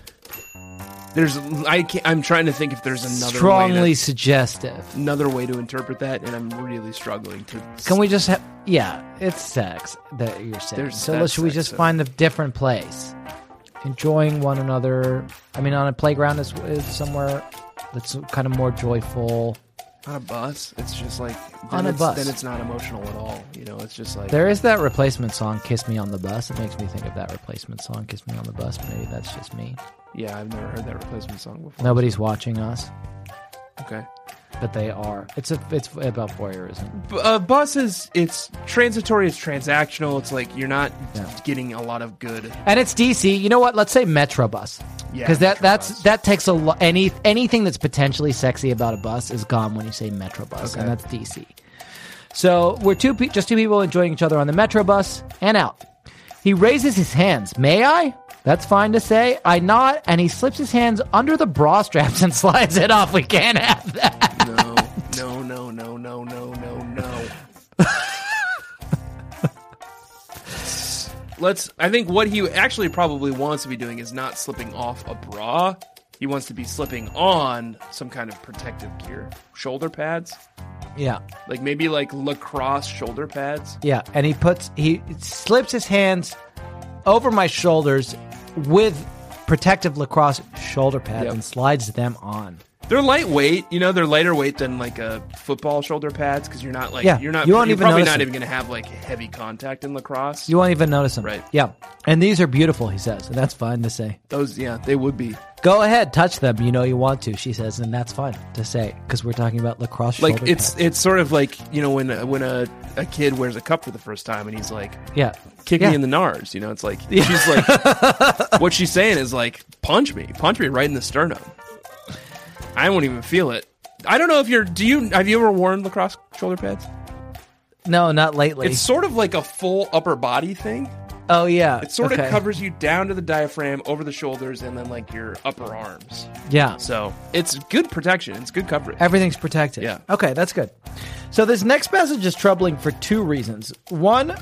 [SPEAKER 3] There's, I can't, I'm trying to think if there's another way
[SPEAKER 2] Strongly
[SPEAKER 3] to,
[SPEAKER 2] suggestive.
[SPEAKER 3] another way to interpret that, and I'm really struggling to.
[SPEAKER 2] Can we just have yeah, it's sex that you're saying.
[SPEAKER 3] There's-
[SPEAKER 2] so
[SPEAKER 3] that's
[SPEAKER 2] let's, should we
[SPEAKER 3] sex,
[SPEAKER 2] just
[SPEAKER 3] so-
[SPEAKER 2] find a different place? Enjoying one another. I mean, on a playground is, is somewhere that's kind of more joyful.
[SPEAKER 3] on a bus it's just like then
[SPEAKER 2] On a
[SPEAKER 3] it's,
[SPEAKER 2] bus.
[SPEAKER 3] then it's not emotional at all you know it's just like
[SPEAKER 2] There is that replacement song, Kiss Me on the Bus. It makes me think of that replacement song, Kiss Me on the Bus. Maybe that's just me.
[SPEAKER 3] yeah i've never heard that replacement song before
[SPEAKER 2] Nobody's watching us,
[SPEAKER 3] okay
[SPEAKER 2] but they are. It's a, it's about voyeurism.
[SPEAKER 3] B- uh, bus is it's transitory it's transactional it's like you're not
[SPEAKER 2] Yeah.
[SPEAKER 3] getting a lot of good
[SPEAKER 2] And it's DC. You know what? Let's say Metrobus.
[SPEAKER 3] Yeah,
[SPEAKER 2] Because that that's
[SPEAKER 3] Metrobus.
[SPEAKER 2] that takes a lot. Any anything that's potentially sexy about a bus is gone when you say Metrobus,
[SPEAKER 3] Okay.
[SPEAKER 2] and that's DC. So we're two pe- just two people enjoying each other on the Metrobus and out. He raises his hands. May I? That's fine to say. I nod, and he slips his hands under the bra straps and slides it off. We can't have that.
[SPEAKER 3] no no no no no no no no let's i think what he actually probably wants to be doing is not slipping off a bra he wants to be slipping on some kind of protective gear shoulder pads
[SPEAKER 2] Yeah.
[SPEAKER 3] like maybe like lacrosse shoulder pads.
[SPEAKER 2] Yeah, and he puts he slips his hands over my shoulders with protective lacrosse shoulder pads
[SPEAKER 3] Yep.
[SPEAKER 2] and slides them on.
[SPEAKER 3] They're lightweight, you know. They're lighter weight than like a football shoulder pads because you're not like
[SPEAKER 2] Yeah,
[SPEAKER 3] you're not
[SPEAKER 2] you
[SPEAKER 3] you
[SPEAKER 2] won't
[SPEAKER 3] are
[SPEAKER 2] even
[SPEAKER 3] probably
[SPEAKER 2] notice
[SPEAKER 3] not
[SPEAKER 2] it.
[SPEAKER 3] even gonna have like heavy contact in lacrosse.
[SPEAKER 2] You won't even notice them.
[SPEAKER 3] Right.
[SPEAKER 2] Yeah. And these are beautiful, he says, and that's fine to say.
[SPEAKER 3] Those yeah, they would be
[SPEAKER 2] Go ahead, touch them. You know you want to, she says, and that's fine to say because we're talking about lacrosse
[SPEAKER 3] like
[SPEAKER 2] shoulder
[SPEAKER 3] it's
[SPEAKER 2] pads.
[SPEAKER 3] it's sort of like you know when when a a kid wears a cup for the first time and he's like
[SPEAKER 2] yeah.
[SPEAKER 3] kick
[SPEAKER 2] Yeah.
[SPEAKER 3] me in the nars. You know, it's like she's like what she's saying is like punch me, punch me right in the sternum. I won't even feel it. I don't know if you're. Do you have you ever worn lacrosse shoulder pads?
[SPEAKER 2] No, not lately.
[SPEAKER 3] It's sort of like a full upper body thing.
[SPEAKER 2] oh yeah.
[SPEAKER 3] It sort
[SPEAKER 2] Okay.
[SPEAKER 3] of covers you down to the diaphragm, over the shoulders, and then like your upper arms.
[SPEAKER 2] Yeah.
[SPEAKER 3] So it's good protection. It's good coverage.
[SPEAKER 2] Everything's protected.
[SPEAKER 3] Yeah.
[SPEAKER 2] Okay, that's good. So this next passage is troubling for two reasons. One,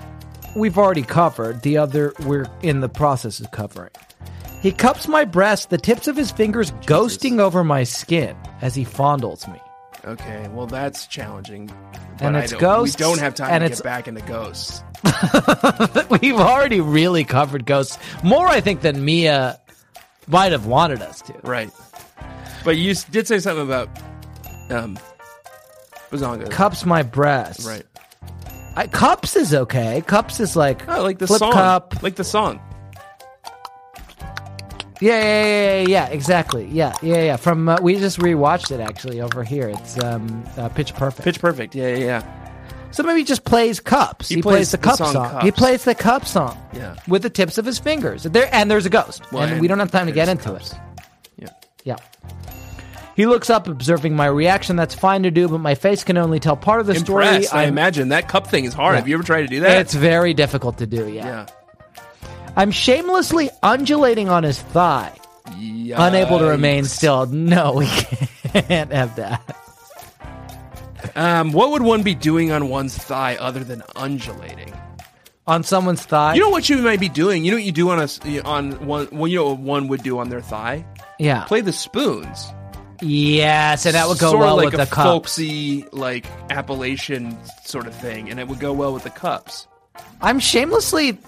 [SPEAKER 2] we've already covered. The other, we're in the process of covering. He cups my breast, the tips of his fingers ghosting over my skin as he fondles me.
[SPEAKER 3] Okay, well that's challenging. But
[SPEAKER 2] And
[SPEAKER 3] I
[SPEAKER 2] it's
[SPEAKER 3] don't-
[SPEAKER 2] ghosts,
[SPEAKER 3] We don't have time
[SPEAKER 2] and
[SPEAKER 3] to
[SPEAKER 2] it's-
[SPEAKER 3] get back into ghosts.
[SPEAKER 2] We've already really covered ghosts more, I think, than Mia might have wanted us to.
[SPEAKER 3] Right. But you s- did say something about um Bazonga.
[SPEAKER 2] Cups my breast.
[SPEAKER 3] right.
[SPEAKER 2] I, cups is okay. Cups is like
[SPEAKER 3] Oh, like the
[SPEAKER 2] flip
[SPEAKER 3] song.
[SPEAKER 2] cup.
[SPEAKER 3] Like the song.
[SPEAKER 2] Yeah, yeah, yeah, yeah, yeah, exactly. Yeah, yeah, yeah. From uh, we just rewatched it actually over here. It's um, uh, Pitch Perfect.
[SPEAKER 3] Pitch perfect. Yeah, yeah, yeah.
[SPEAKER 2] So maybe he just plays cups. He, plays, the cup song.
[SPEAKER 3] Cups.
[SPEAKER 2] He plays the cup song.
[SPEAKER 3] Yeah.
[SPEAKER 2] With the tips of his fingers. There and there's a ghost.
[SPEAKER 3] Well,
[SPEAKER 2] and we don't have time to get
[SPEAKER 3] there's
[SPEAKER 2] into
[SPEAKER 3] cups.
[SPEAKER 2] it.
[SPEAKER 3] Yeah.
[SPEAKER 2] Yeah. He looks up, observing my reaction. That's fine to do, but my face can only tell part of the
[SPEAKER 3] Impressed,
[SPEAKER 2] story.
[SPEAKER 3] I
[SPEAKER 2] I'm-
[SPEAKER 3] imagine that cup thing is hard.
[SPEAKER 2] Yeah.
[SPEAKER 3] Have you ever tried to do that?
[SPEAKER 2] It's very difficult to do, yeah.
[SPEAKER 3] yeah.
[SPEAKER 2] I'm shamelessly undulating on his thigh,
[SPEAKER 3] Yikes.
[SPEAKER 2] unable to remain still. No, we can't have that.
[SPEAKER 3] Um, what would one be doing on one's thigh other than undulating?
[SPEAKER 2] On someone's thigh?
[SPEAKER 3] You know what you might be doing. You know what you do on a s- on one. Well, you know what one would do on their thigh.
[SPEAKER 2] yeah.
[SPEAKER 3] Play the spoons.
[SPEAKER 2] Yes, and that would go
[SPEAKER 3] sort
[SPEAKER 2] well
[SPEAKER 3] of like
[SPEAKER 2] with
[SPEAKER 3] a
[SPEAKER 2] the cup.
[SPEAKER 3] folksy, like Appalachian sort of thing, and it would go well with the cups.
[SPEAKER 2] I'm shamelessly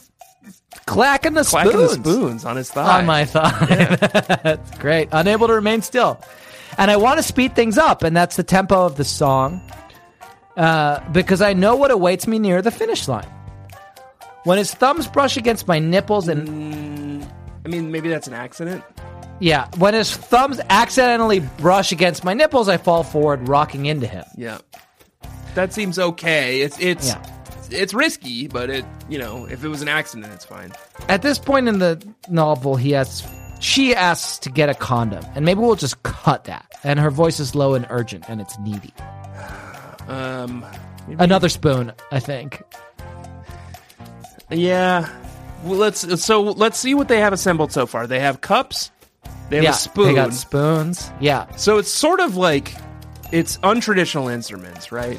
[SPEAKER 2] clacking the
[SPEAKER 3] Clacking
[SPEAKER 2] spoons.
[SPEAKER 3] the spoons on his thigh.
[SPEAKER 2] on my thigh. that's great. Unable to remain still. And I want to speed things up, and that's the tempo of the song, uh, because I know what awaits me near the finish line. When his thumbs brush against my nipples, and
[SPEAKER 3] I mean, maybe that's an accident.
[SPEAKER 2] yeah, when his thumbs accidentally brush against my nipples, I fall forward, rocking into him.
[SPEAKER 3] Yeah, that seems okay. It's it's
[SPEAKER 2] Yeah.
[SPEAKER 3] it's risky, but it you know if it was an accident, it's fine.
[SPEAKER 2] At this point in the novel, he asks, she asks to get a condom, and maybe we'll just cut that. And her voice is low and urgent, and it's needy.
[SPEAKER 3] Um,
[SPEAKER 2] Another spoon, I think.
[SPEAKER 3] yeah. Well, let's so let's see what they have assembled so far. They have cups. They have a spoon.
[SPEAKER 2] They got spoons. Yeah.
[SPEAKER 3] so it's sort of like it's untraditional instruments, right?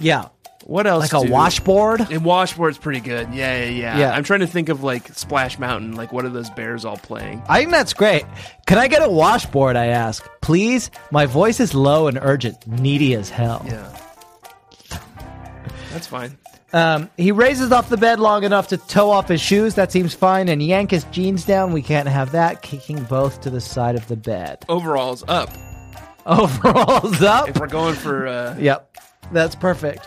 [SPEAKER 2] Yeah.
[SPEAKER 3] What else?
[SPEAKER 2] Like a
[SPEAKER 3] do-
[SPEAKER 2] washboard.
[SPEAKER 3] And washboard's pretty good. Yeah, yeah, yeah,
[SPEAKER 2] Yeah.
[SPEAKER 3] I'm trying to think of like Splash Mountain. Like, what are those bears all playing?
[SPEAKER 2] I think that's great. Can I get a washboard? I ask. Please? My voice is low and urgent, needy as hell.
[SPEAKER 3] Yeah, that's fine.
[SPEAKER 2] Um, he raises off the bed long enough to toe off his shoes. That seems fine. And yank his jeans down. We can't have that. Kicking both to the side of the bed.
[SPEAKER 3] Overalls up.
[SPEAKER 2] Overalls up.
[SPEAKER 3] If we're going for uh,
[SPEAKER 2] Yep. That's perfect.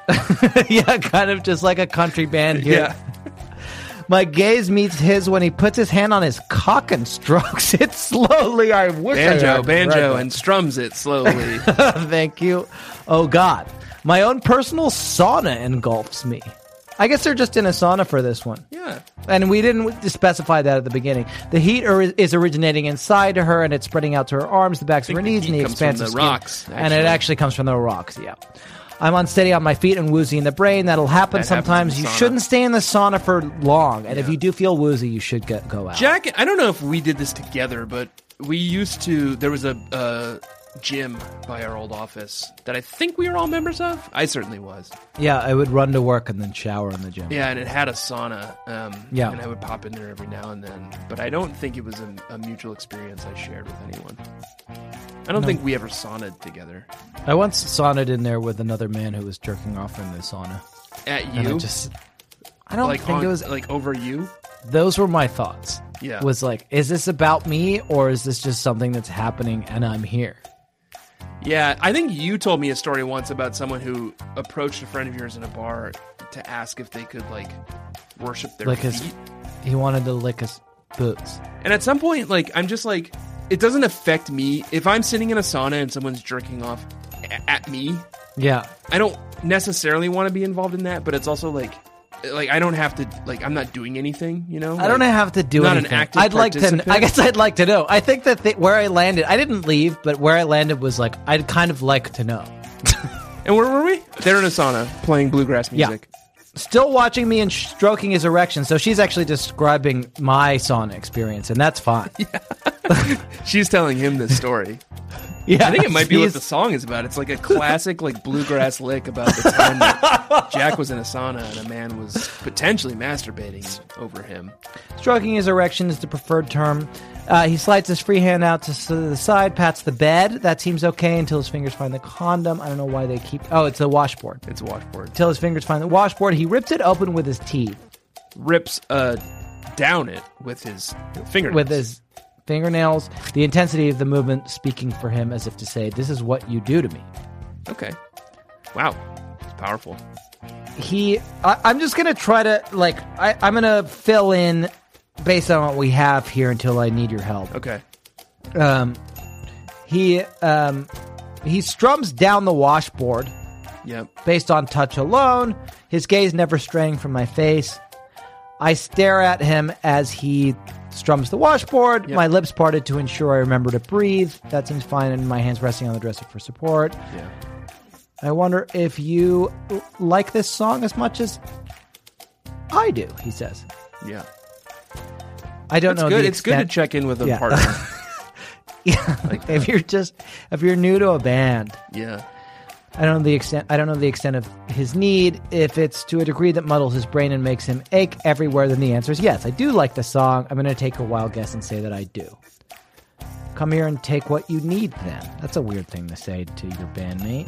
[SPEAKER 2] yeah, kind of just like a country band here.
[SPEAKER 3] yeah,
[SPEAKER 2] My gaze meets his when he puts his hand on his cock and strokes it slowly. I wish I
[SPEAKER 3] banjo,
[SPEAKER 2] had
[SPEAKER 3] banjo,
[SPEAKER 2] read
[SPEAKER 3] and strums it slowly.
[SPEAKER 2] that. thank you. Oh God, my own personal sauna engulfs me. I guess they're just in a sauna for this one,
[SPEAKER 3] yeah,
[SPEAKER 2] and we didn't w- specify that at the beginning. The heat or is originating inside her, and it's spreading out to her arms, the backs of her
[SPEAKER 3] the
[SPEAKER 2] knees, and
[SPEAKER 3] heat
[SPEAKER 2] the
[SPEAKER 3] comes from
[SPEAKER 2] expansive
[SPEAKER 3] the
[SPEAKER 2] skin.
[SPEAKER 3] rocks,
[SPEAKER 2] and it
[SPEAKER 3] actually.
[SPEAKER 2] actually comes from the rocks. Yeah. I'm unsteady on my feet and woozy in the brain. That'll happen
[SPEAKER 3] That happens in
[SPEAKER 2] sometimes.
[SPEAKER 3] the
[SPEAKER 2] You
[SPEAKER 3] sauna.
[SPEAKER 2] shouldn't stay in the sauna for long, and if you do feel woozy, you should go, go out.
[SPEAKER 3] Jack. I don't know if we did this together, but we used to. There was a. Uh, Gym by our old office that I think we were all members of. I certainly was.
[SPEAKER 2] Yeah, I would run to work and then shower in the gym.
[SPEAKER 3] Yeah, and it had a sauna. Um,
[SPEAKER 2] Yeah.
[SPEAKER 3] And I would pop in there every now and then. But I don't think it was a, a mutual experience I shared with anyone. I don't think we ever saunaed together.
[SPEAKER 2] I once sauntered in there with another man who was jerking off in the sauna.
[SPEAKER 3] At
[SPEAKER 2] And I
[SPEAKER 3] you?
[SPEAKER 2] just I don't
[SPEAKER 3] like,
[SPEAKER 2] think
[SPEAKER 3] on,
[SPEAKER 2] it was
[SPEAKER 3] like over you?
[SPEAKER 2] those were my thoughts.
[SPEAKER 3] Yeah.
[SPEAKER 2] Was like, is this about me or is this just something that's happening and I'm here?
[SPEAKER 3] Yeah, I think you told me a story once about someone who approached a friend of yours in a bar to ask if they could, like, worship their
[SPEAKER 2] Like
[SPEAKER 3] feet.
[SPEAKER 2] his he wanted to lick his boots.
[SPEAKER 3] And at some point, like, I'm just like, it doesn't affect me. If I'm sitting in a sauna and someone's jerking off a- at me,
[SPEAKER 2] Yeah.
[SPEAKER 3] I don't necessarily want to be involved in that, but it's also like, like I don't have to, like I'm not doing anything, you know.
[SPEAKER 2] I don't
[SPEAKER 3] Like,
[SPEAKER 2] have to do
[SPEAKER 3] not an
[SPEAKER 2] anything.
[SPEAKER 3] active
[SPEAKER 2] I'd like to.
[SPEAKER 3] participant.
[SPEAKER 2] I guess I'd like to know. I think that the, where I landed, I didn't leave, but where I landed was like I'd kind of like to know.
[SPEAKER 3] And where were we? They're in a sauna playing bluegrass
[SPEAKER 2] Yeah.
[SPEAKER 3] music.
[SPEAKER 2] still watching me and stroking his erection. So she's actually describing my sauna experience, and that's fine.
[SPEAKER 3] She's telling him this story.
[SPEAKER 2] Yeah,
[SPEAKER 3] I think it might be what the
[SPEAKER 2] she's-
[SPEAKER 3] song is about. It's like a classic, like bluegrass lick about the time that Jack was in a sauna and a man was potentially masturbating over him.
[SPEAKER 2] stroking his erection is the preferred term. Uh, he slides his free hand out to s- the side, pats the bed. That seems okay until his fingers find the condom. I don't know why they keep. Oh, it's the washboard.
[SPEAKER 3] It's a washboard.
[SPEAKER 2] Until his fingers find the washboard, he rips it open with his teeth,
[SPEAKER 3] Rips uh down it with his finger.
[SPEAKER 2] with his fingernails. The intensity of the movement speaking for him as if to say, "This is what you do to me."
[SPEAKER 3] okay. Wow, it's powerful.
[SPEAKER 2] he I, i'm just gonna try to like I, i'm gonna fill in based on what we have here until i need your help
[SPEAKER 3] Okay.
[SPEAKER 2] um he um he strums down the washboard
[SPEAKER 3] Yep.
[SPEAKER 2] based on touch alone his gaze never straying from my face I stare at him as he strums the washboard. My lips parted to ensure I remember to breathe. That seems fine, and my hands resting on the dresser for support.
[SPEAKER 3] Yeah.
[SPEAKER 2] I wonder if you l- like this song as much as I do, he says.
[SPEAKER 3] Yeah.
[SPEAKER 2] I don't
[SPEAKER 3] It's
[SPEAKER 2] know.
[SPEAKER 3] good.
[SPEAKER 2] the
[SPEAKER 3] It's good to
[SPEAKER 2] extent-
[SPEAKER 3] check in with a
[SPEAKER 2] Yeah.
[SPEAKER 3] partner.
[SPEAKER 2] if you're just if you're new to a band.
[SPEAKER 3] yeah.
[SPEAKER 2] I don't know the extent. I don't know the extent of his need. If it's to a degree that muddles his brain and makes him ache everywhere, then the answer is yes. I do like the song. I'm going to take a wild guess and say that I do. Come here and take what you need. Then that's a weird thing to say to your bandmate.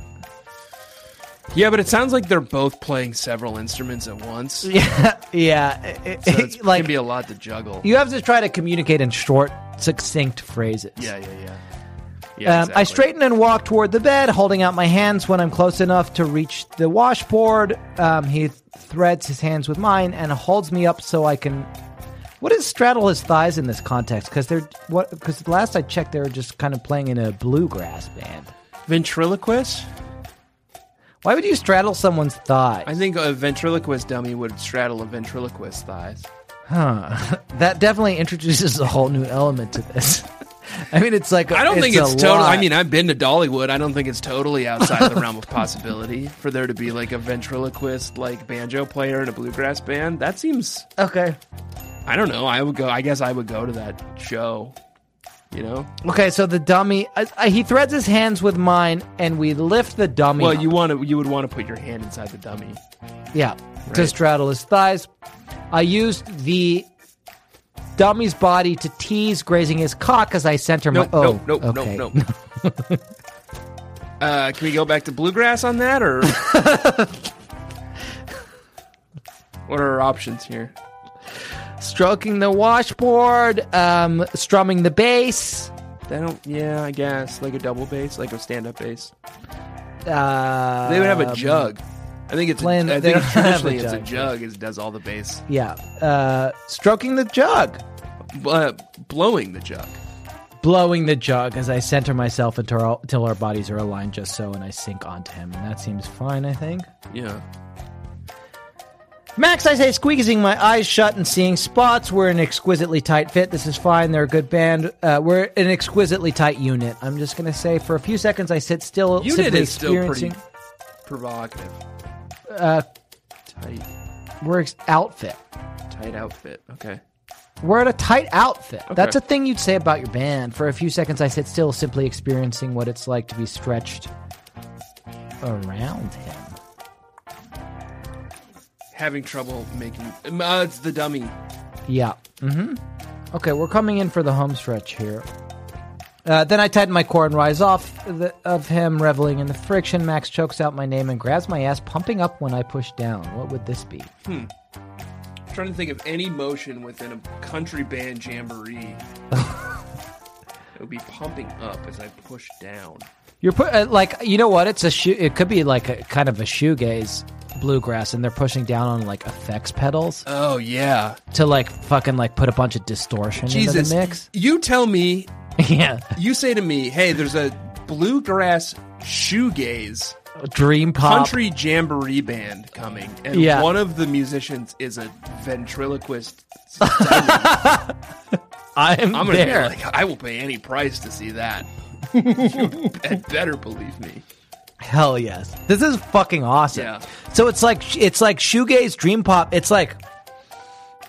[SPEAKER 3] Yeah, but it sounds like they're both playing several instruments at once. So
[SPEAKER 2] Yeah, yeah. it- it-
[SPEAKER 3] it's
[SPEAKER 2] like
[SPEAKER 3] can be a lot to juggle.
[SPEAKER 2] you have to try to communicate in short, succinct phrases.
[SPEAKER 3] yeah, yeah, yeah.
[SPEAKER 2] Um,
[SPEAKER 3] yeah
[SPEAKER 2] I
[SPEAKER 3] exactly.
[SPEAKER 2] straighten and walk toward the bed, holding out my hands when I'm close enough to reach the washboard. Um, he threads his hands with mine and holds me up so I can. What is straddle his thighs in this context? Because they're what? Because last I checked, they were just kind of playing in a bluegrass band.
[SPEAKER 3] ventriloquist.
[SPEAKER 2] Why would you straddle someone's thighs?
[SPEAKER 3] I think a ventriloquist dummy would straddle a ventriloquist's thighs.
[SPEAKER 2] huh. that definitely introduces a whole new element to this. I mean, it's like
[SPEAKER 3] I don't think
[SPEAKER 2] a
[SPEAKER 3] it's total. I
[SPEAKER 2] lot.
[SPEAKER 3] mean, I've been to Dollywood. I don't think it's totally outside the realm of possibility for there to be like a ventriloquist, like banjo player in a bluegrass band. That seems.
[SPEAKER 2] okay.
[SPEAKER 3] I don't know. I would go. I guess I would go to that show. You know.
[SPEAKER 2] Okay, so the dummy, I, I, he threads his hands with mine, and we lift the dummy.
[SPEAKER 3] Well,
[SPEAKER 2] up.
[SPEAKER 3] you want to. You would want to put your hand inside the dummy.
[SPEAKER 2] Oh, Yeah, to
[SPEAKER 3] Right.
[SPEAKER 2] straddle his thighs. I used the dummy's body to tease, grazing his cock as I center
[SPEAKER 3] Nope.
[SPEAKER 2] my. Oh,
[SPEAKER 3] nope. Nope.
[SPEAKER 2] okay.
[SPEAKER 3] Nope. Nope. Uh, can we go back to bluegrass on that, or what are our options here?
[SPEAKER 2] Stroking the washboard, um, strumming the bass.
[SPEAKER 3] They don't. Yeah, I guess like a double bass, like a stand-up bass.
[SPEAKER 2] Uh,
[SPEAKER 3] They would have a jug. I think it's
[SPEAKER 2] playing-
[SPEAKER 3] a, I
[SPEAKER 2] they
[SPEAKER 3] think
[SPEAKER 2] don't have a
[SPEAKER 3] traditionally it's a
[SPEAKER 2] jug.
[SPEAKER 3] jug. It does all the bass,
[SPEAKER 2] Yeah, uh, stroking the jug,
[SPEAKER 3] but blowing the jug.
[SPEAKER 2] blowing the jug as I center myself until our, until our bodies are aligned just so, and I sink onto him, and that seems fine, I think.
[SPEAKER 3] Yeah,
[SPEAKER 2] Max, I say, squeezing my eyes shut and seeing spots. We're an exquisitely tight fit. This is fine. They're a good band. Uh, we're an exquisitely tight unit. I'm just going to say, for a few seconds, I sit still.
[SPEAKER 3] unit
[SPEAKER 2] simply
[SPEAKER 3] is still pretty
[SPEAKER 2] experiencing-
[SPEAKER 3] provocative.
[SPEAKER 2] Uh,
[SPEAKER 3] Tight,
[SPEAKER 2] we're ex- outfit.
[SPEAKER 3] tight outfit. Okay.
[SPEAKER 2] We're at a tight outfit. That's a thing you'd say about your band. For a few seconds, I sit still, simply experiencing what it's like to be stretched around him.
[SPEAKER 3] Having trouble making. um, Uh, it's the dummy.
[SPEAKER 2] Yeah. Mm-hmm. Okay, we're coming in for the home stretch here. Uh, then I tighten my core and rise off the, of him, reveling in the friction. Max chokes out my name and grabs my ass, pumping up when I push down. What would this be?
[SPEAKER 3] I'm trying to think of any motion within a country band jamboree. it would be pumping up as I push down.
[SPEAKER 2] You're put uh, like you know what? It's a shoe. It could be like a kind of a shoegaze bluegrass, and they're pushing down on like effects pedals
[SPEAKER 3] Oh yeah,
[SPEAKER 2] to like fucking like put a bunch of distortion into
[SPEAKER 3] Jesus!
[SPEAKER 2] the mix.
[SPEAKER 3] You tell me
[SPEAKER 2] yeah,
[SPEAKER 3] you say to me, "Hey, there's a bluegrass shoegaze
[SPEAKER 2] dream pop.
[SPEAKER 3] country jamboree band coming, and
[SPEAKER 2] Uh, Yeah.
[SPEAKER 3] one of the musicians is a ventriloquist."
[SPEAKER 2] I'm,
[SPEAKER 3] I'm gonna
[SPEAKER 2] there.
[SPEAKER 3] be like, I will pay any price to see that. you had better believe me.
[SPEAKER 2] Hell yes. This is fucking awesome.
[SPEAKER 3] Yeah.
[SPEAKER 2] So it's like it's like shoegaze, dream pop. It's like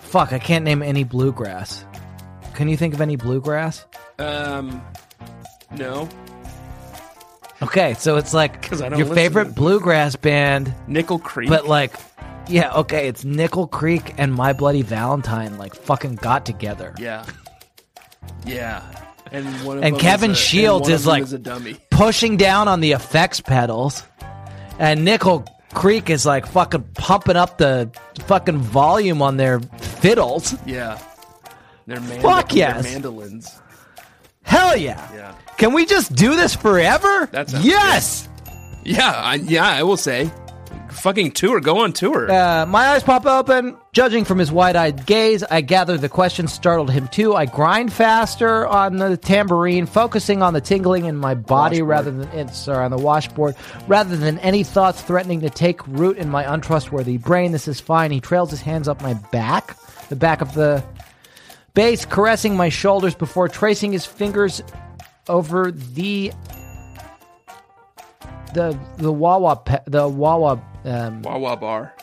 [SPEAKER 2] fuck, I can't name any bluegrass. Can you think of any bluegrass?
[SPEAKER 3] Um, no,
[SPEAKER 2] Okay, so it's like
[SPEAKER 3] 'Cause I don't
[SPEAKER 2] your
[SPEAKER 3] listen to
[SPEAKER 2] favorite bluegrass band,
[SPEAKER 3] Nickel Creek.
[SPEAKER 2] but like yeah, okay, it's Nickel Creek and My Bloody Valentine like fucking got together.
[SPEAKER 3] yeah, yeah, and one of
[SPEAKER 2] And
[SPEAKER 3] them
[SPEAKER 2] Kevin
[SPEAKER 3] is a-
[SPEAKER 2] Shields
[SPEAKER 3] and one of
[SPEAKER 2] is
[SPEAKER 3] them
[SPEAKER 2] like-
[SPEAKER 3] a dummy.
[SPEAKER 2] Pushing down on the effects pedals and Nickel Creek is like fucking pumping up the fucking volume on their fiddles.
[SPEAKER 3] Yeah, they're mand-
[SPEAKER 2] Fuck
[SPEAKER 3] they're
[SPEAKER 2] yes.
[SPEAKER 3] mandolins.
[SPEAKER 2] Hell yeah.
[SPEAKER 3] Yeah.
[SPEAKER 2] Can we just do this forever?
[SPEAKER 3] That sounds
[SPEAKER 2] yes.
[SPEAKER 3] Yeah, I, yeah, I will say, fucking tour. Go on tour.
[SPEAKER 2] Uh, my eyes pop open. Judging from his wide eyed gaze, I gather the question startled him too. I grind faster on the tambourine, focusing on the tingling in my body rather than it's sorry, on the washboard, rather than any thoughts threatening to take root in my untrustworthy brain. This is fine. He trails his hands up my back, the back of the bass, caressing my shoulders before tracing his fingers over the the the Wawa pe- the Wawa um,
[SPEAKER 3] Wawa bar.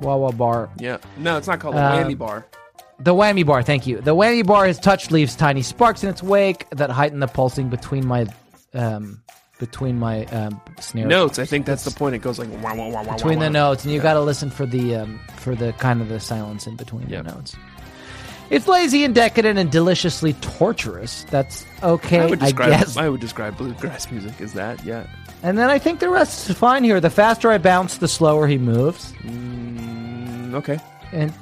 [SPEAKER 2] Wawa bar.
[SPEAKER 3] Yeah. No, it's not called a
[SPEAKER 2] Um,
[SPEAKER 3] whammy bar.
[SPEAKER 2] The whammy bar, thank you. The whammy bar his touch leaves tiny sparks in its wake that heighten the pulsing between my um between my um snare
[SPEAKER 3] Notes. I think that's the point. It goes like wah, wah, wah, wah,
[SPEAKER 2] between
[SPEAKER 3] wah,
[SPEAKER 2] the
[SPEAKER 3] wah.
[SPEAKER 2] notes and you got to listen for the um for the kind of the silence in between
[SPEAKER 3] Yep.
[SPEAKER 2] the notes. It's lazy and decadent and deliciously torturous. That's okay,
[SPEAKER 3] I
[SPEAKER 2] I,
[SPEAKER 3] would describe.
[SPEAKER 2] guess.
[SPEAKER 3] I would describe bluegrass music as that. Yeah.
[SPEAKER 2] and then I think the rest is fine here. The faster I bounce, the slower he moves.
[SPEAKER 3] Mm, okay.
[SPEAKER 2] and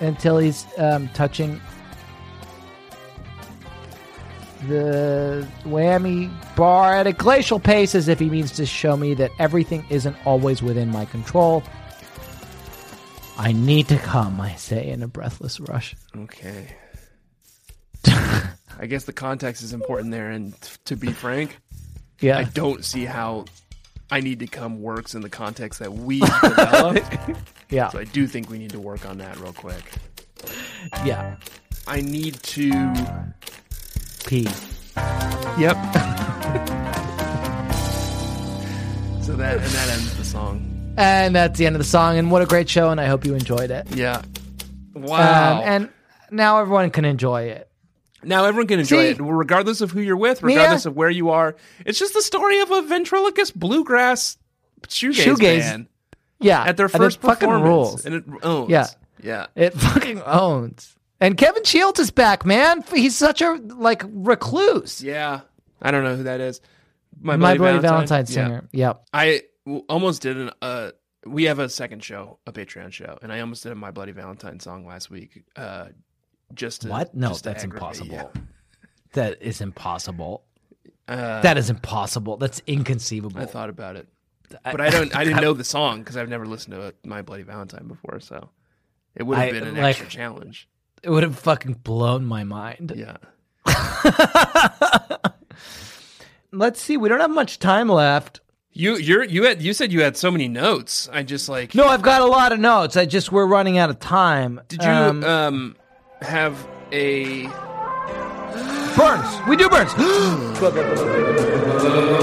[SPEAKER 2] until he's um, touching the whammy bar at a glacial pace as if he means to show me that everything isn't always within my control. I need to come, I say in a breathless rush.
[SPEAKER 3] Okay. I guess the context is important there, and t- to be frank, I
[SPEAKER 2] Yeah.
[SPEAKER 3] don't see how I need to come works in the context that we developed.
[SPEAKER 2] Yeah.
[SPEAKER 3] so I do think we need to work on that real quick.
[SPEAKER 2] Yeah.
[SPEAKER 3] I need to
[SPEAKER 2] P.
[SPEAKER 3] Yep. so that and that ends the song.
[SPEAKER 2] And that's the end of the song. And what a great show. And I hope you enjoyed it.
[SPEAKER 3] Yeah. Wow.
[SPEAKER 2] Um, and now everyone can enjoy it.
[SPEAKER 3] now everyone can enjoy
[SPEAKER 2] See?
[SPEAKER 3] it, regardless of who you're with, regardless
[SPEAKER 2] Yeah.
[SPEAKER 3] of where you are. It's just the story of a ventriloquist bluegrass shoegaze,
[SPEAKER 2] Shoegaze.
[SPEAKER 3] band
[SPEAKER 2] Yeah.
[SPEAKER 3] at their
[SPEAKER 2] And it
[SPEAKER 3] first
[SPEAKER 2] fucking
[SPEAKER 3] performance.
[SPEAKER 2] rules.
[SPEAKER 3] And it owns.
[SPEAKER 2] Yeah.
[SPEAKER 3] Yeah.
[SPEAKER 2] It fucking owns. And Kevin Shields is back, man. He's such a like recluse.
[SPEAKER 3] Yeah. I don't know who that is.
[SPEAKER 2] My Bloody Valentine,
[SPEAKER 3] Valentine's
[SPEAKER 2] singer. Yep.
[SPEAKER 3] I w- almost did an. Uh, we have a second show, a Patreon show, and I almost did a My Bloody Valentine song last week. Uh, just to,
[SPEAKER 2] What? No,
[SPEAKER 3] just to
[SPEAKER 2] that's
[SPEAKER 3] aggravate you.
[SPEAKER 2] impossible. That is impossible.
[SPEAKER 3] Uh,
[SPEAKER 2] That is impossible. That's inconceivable.
[SPEAKER 3] I thought about it, but I don't. I didn't know the song because I've never listened to a My Bloody Valentine before, so it would
[SPEAKER 2] I-
[SPEAKER 3] have been an
[SPEAKER 2] like-
[SPEAKER 3] extra challenge.
[SPEAKER 2] it would have fucking blown my mind.
[SPEAKER 3] Yeah.
[SPEAKER 2] Let's see. We don't have much time left.
[SPEAKER 3] You you're you had you said you had so many notes. I just like
[SPEAKER 2] No, I've got a lot of notes. I just we're running out of time.
[SPEAKER 3] Did you
[SPEAKER 2] Um,
[SPEAKER 3] um, have a
[SPEAKER 2] burns? We do burns.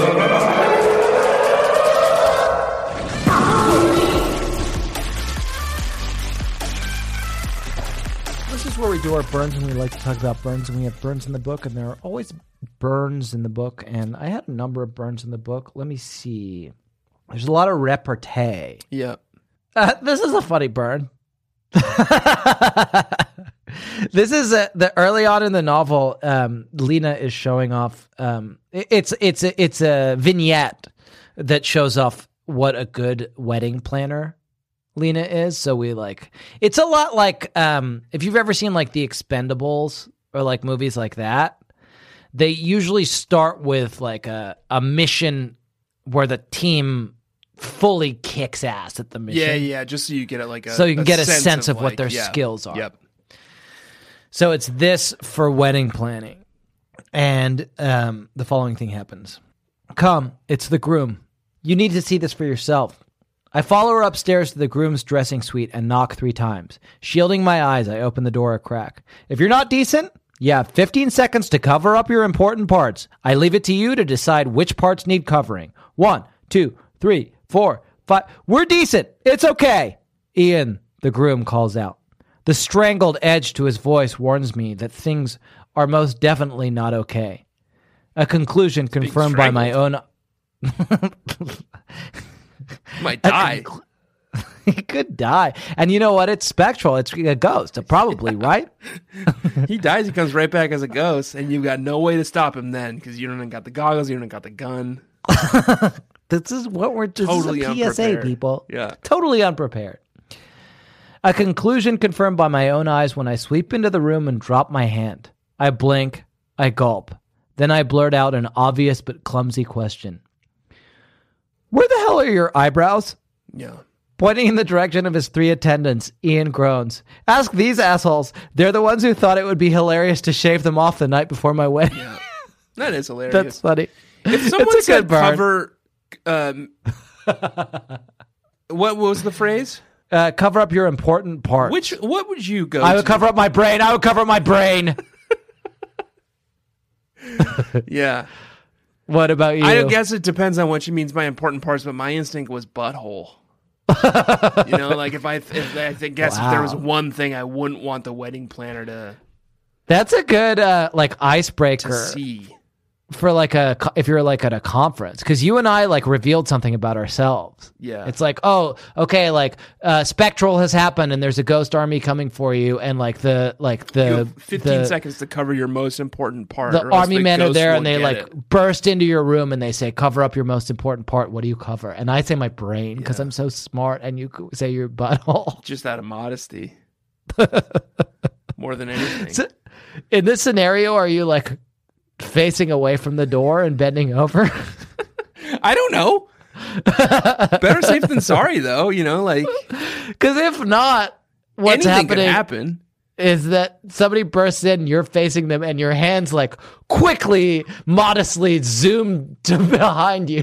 [SPEAKER 2] This is where we do our burns, and we like to talk about burns, and we have burns in the book, and there are always burns in the book. And I had a number of burns in the book. Let me see. There's a lot of repartee.
[SPEAKER 3] yeah?
[SPEAKER 2] Uh, this is a funny burn. this is a, the early on in the novel. Um, Lena is showing off. Um, i- it's it's a, it's a vignette that shows off what a good wedding planner Lena is. So we like it's a lot like um, if you've ever seen like The Expendables or like movies like that. They usually start with like a a mission where the team fully kicks ass at the mission.
[SPEAKER 3] Yeah, yeah. Just so you get it like a
[SPEAKER 2] So you can get a sense of what
[SPEAKER 3] like,
[SPEAKER 2] their
[SPEAKER 3] yeah,
[SPEAKER 2] skills are.
[SPEAKER 3] Yep.
[SPEAKER 2] So it's this for wedding planning. And um, the following thing happens Come, it's the groom. You need to see this for yourself. I follow her upstairs to the groom's dressing suite and knock three times. Shielding my eyes, I open the door a crack. If you're not decent, you have 15 seconds to cover up your important parts. I leave it to you to decide which parts need covering. One, two, three, four, five. We're decent. It's okay. Ian, the groom calls out. The strangled edge to his voice warns me that things are most definitely not okay. A conclusion confirmed by my own.
[SPEAKER 3] Might die.
[SPEAKER 2] he could die. And you know what? It's spectral. It's a ghost, probably, right?
[SPEAKER 3] He dies. He comes right back as a ghost, and you've got no way to stop him then, because you don't got the goggles, you don't got the gun.
[SPEAKER 2] This is what we're this
[SPEAKER 3] Totally
[SPEAKER 2] is a PSA,
[SPEAKER 3] unprepared.
[SPEAKER 2] people.
[SPEAKER 3] Yeah.
[SPEAKER 2] Totally unprepared. A conclusion confirmed by my own eyes when I sweep into the room and drop my hand. I blink, I gulp. Then I blurt out an obvious but clumsy question. Where the hell are your eyebrows?
[SPEAKER 3] Yeah,
[SPEAKER 2] Pointing in the direction of his three attendants, Ian groans. Ask these assholes. They're the ones who thought it would be hilarious to shave them off the night before my wedding.
[SPEAKER 3] That is hilarious.
[SPEAKER 2] That's funny.
[SPEAKER 3] if someone
[SPEAKER 2] it's a
[SPEAKER 3] said
[SPEAKER 2] good burn.
[SPEAKER 3] cover, um, what was the phrase?
[SPEAKER 2] Uh, cover up your important part.
[SPEAKER 3] Which what would you go?
[SPEAKER 2] I would
[SPEAKER 3] to?
[SPEAKER 2] cover up my brain. I would cover up my brain.
[SPEAKER 3] Yeah,
[SPEAKER 2] what about you?
[SPEAKER 3] I guess it depends on what she means by important parts, but my instinct was butthole. you know, like if I, if I think, guess if there was
[SPEAKER 2] Wow.
[SPEAKER 3] one thing I wouldn't want the wedding planner to
[SPEAKER 2] That's a good uh, like icebreaker
[SPEAKER 3] see.
[SPEAKER 2] for like a co- if you're like at a conference because you and I like revealed something about ourselves.
[SPEAKER 3] Yeah.
[SPEAKER 2] it's like oh okay like uh, spectral has happened and there's a ghost army coming for you and like the like
[SPEAKER 3] You
[SPEAKER 2] the
[SPEAKER 3] have 15
[SPEAKER 2] the,
[SPEAKER 3] seconds to cover your most important part.
[SPEAKER 2] the
[SPEAKER 3] or else
[SPEAKER 2] army men are
[SPEAKER 3] ghosts
[SPEAKER 2] there
[SPEAKER 3] won't
[SPEAKER 2] and they
[SPEAKER 3] get
[SPEAKER 2] like
[SPEAKER 3] it.
[SPEAKER 2] burst into your room and they say cover up your most important part. What do you cover? And I say my brain because I'm so smart and you c- say your butthole.
[SPEAKER 3] just out of modesty, more than anything.
[SPEAKER 2] So- in this scenario, are you like facing away from the door and bending over?
[SPEAKER 3] I don't know. Better safe than sorry, though. You know, like
[SPEAKER 2] Because if not, what's
[SPEAKER 3] anything could
[SPEAKER 2] happening
[SPEAKER 3] happen.
[SPEAKER 2] is that somebody bursts in, you're facing them, and your hands like quickly, modestly zoom to behind you.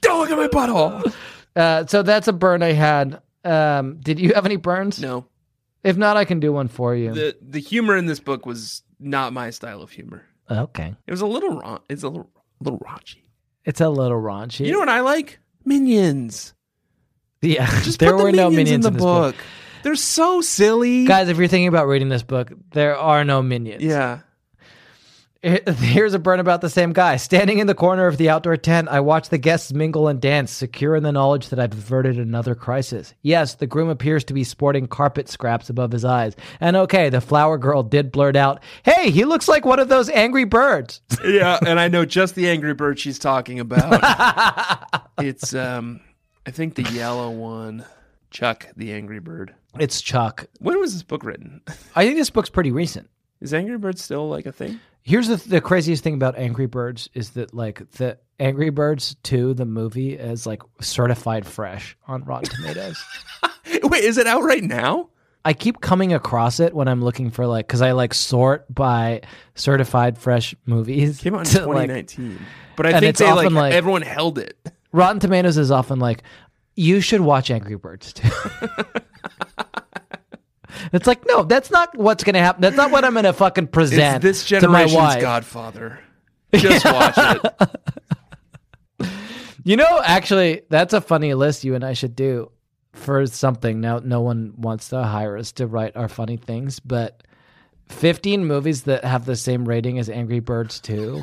[SPEAKER 3] Don't look at my butthole.
[SPEAKER 2] Uh, so that's a burn I had. Um, did you have any burns?
[SPEAKER 3] No,
[SPEAKER 2] If not, I can do one for you.
[SPEAKER 3] the the humor in this book was not my style of humor.
[SPEAKER 2] okay,
[SPEAKER 3] It was a little raun- It's a little little raunchy.
[SPEAKER 2] it's a little raunchy.
[SPEAKER 3] You know what I like? Minions.
[SPEAKER 2] yeah,
[SPEAKER 3] Just
[SPEAKER 2] there
[SPEAKER 3] put the
[SPEAKER 2] were
[SPEAKER 3] minions
[SPEAKER 2] no minions
[SPEAKER 3] in the
[SPEAKER 2] this
[SPEAKER 3] book. They're so silly.
[SPEAKER 2] Guys, if you're thinking about reading this book, there are no minions.
[SPEAKER 3] Yeah.
[SPEAKER 2] Here's a burn about the same guy. Standing in the corner of the outdoor tent, I watch the guests mingle and dance, secure in the knowledge that I've averted another crisis. Yes, the groom appears to be sporting carpet scraps above his eyes. And okay, the flower girl did blurt out, Hey, he looks like one of those angry birds.
[SPEAKER 3] yeah, and I know just the Angry Bird she's talking about. it's um, I think the yellow one, Chuck the Angry Bird.
[SPEAKER 2] It's Chuck.
[SPEAKER 3] When was this book written?
[SPEAKER 2] I think this book's pretty recent.
[SPEAKER 3] Is Angry Bird still like a thing?
[SPEAKER 2] Here's the, the craziest thing about Angry Birds is that, like, the Angry Birds 2, the movie, is like certified fresh on Rotten Tomatoes.
[SPEAKER 3] Wait, is it out right now?
[SPEAKER 2] I keep coming across it when I'm looking for like because I like sort by certified fresh movies.
[SPEAKER 3] Came out in
[SPEAKER 2] to, like-
[SPEAKER 3] 2019, but I
[SPEAKER 2] and
[SPEAKER 3] think
[SPEAKER 2] it's
[SPEAKER 3] they like,
[SPEAKER 2] often, like-
[SPEAKER 3] everyone held it.
[SPEAKER 2] Rotten Tomatoes is often like, you should watch Angry Birds too. it's like no, that's not what's gonna happen. That's not what I'm gonna fucking
[SPEAKER 3] It's
[SPEAKER 2] present
[SPEAKER 3] this
[SPEAKER 2] to my
[SPEAKER 3] generation's
[SPEAKER 2] wife.
[SPEAKER 3] Godfather. Just watch it.
[SPEAKER 2] You know, actually, that's a funny list you and I should do for something. Now, no one wants to hire us to write our funny things, but 15 movies that have the same rating as Angry Birds 2.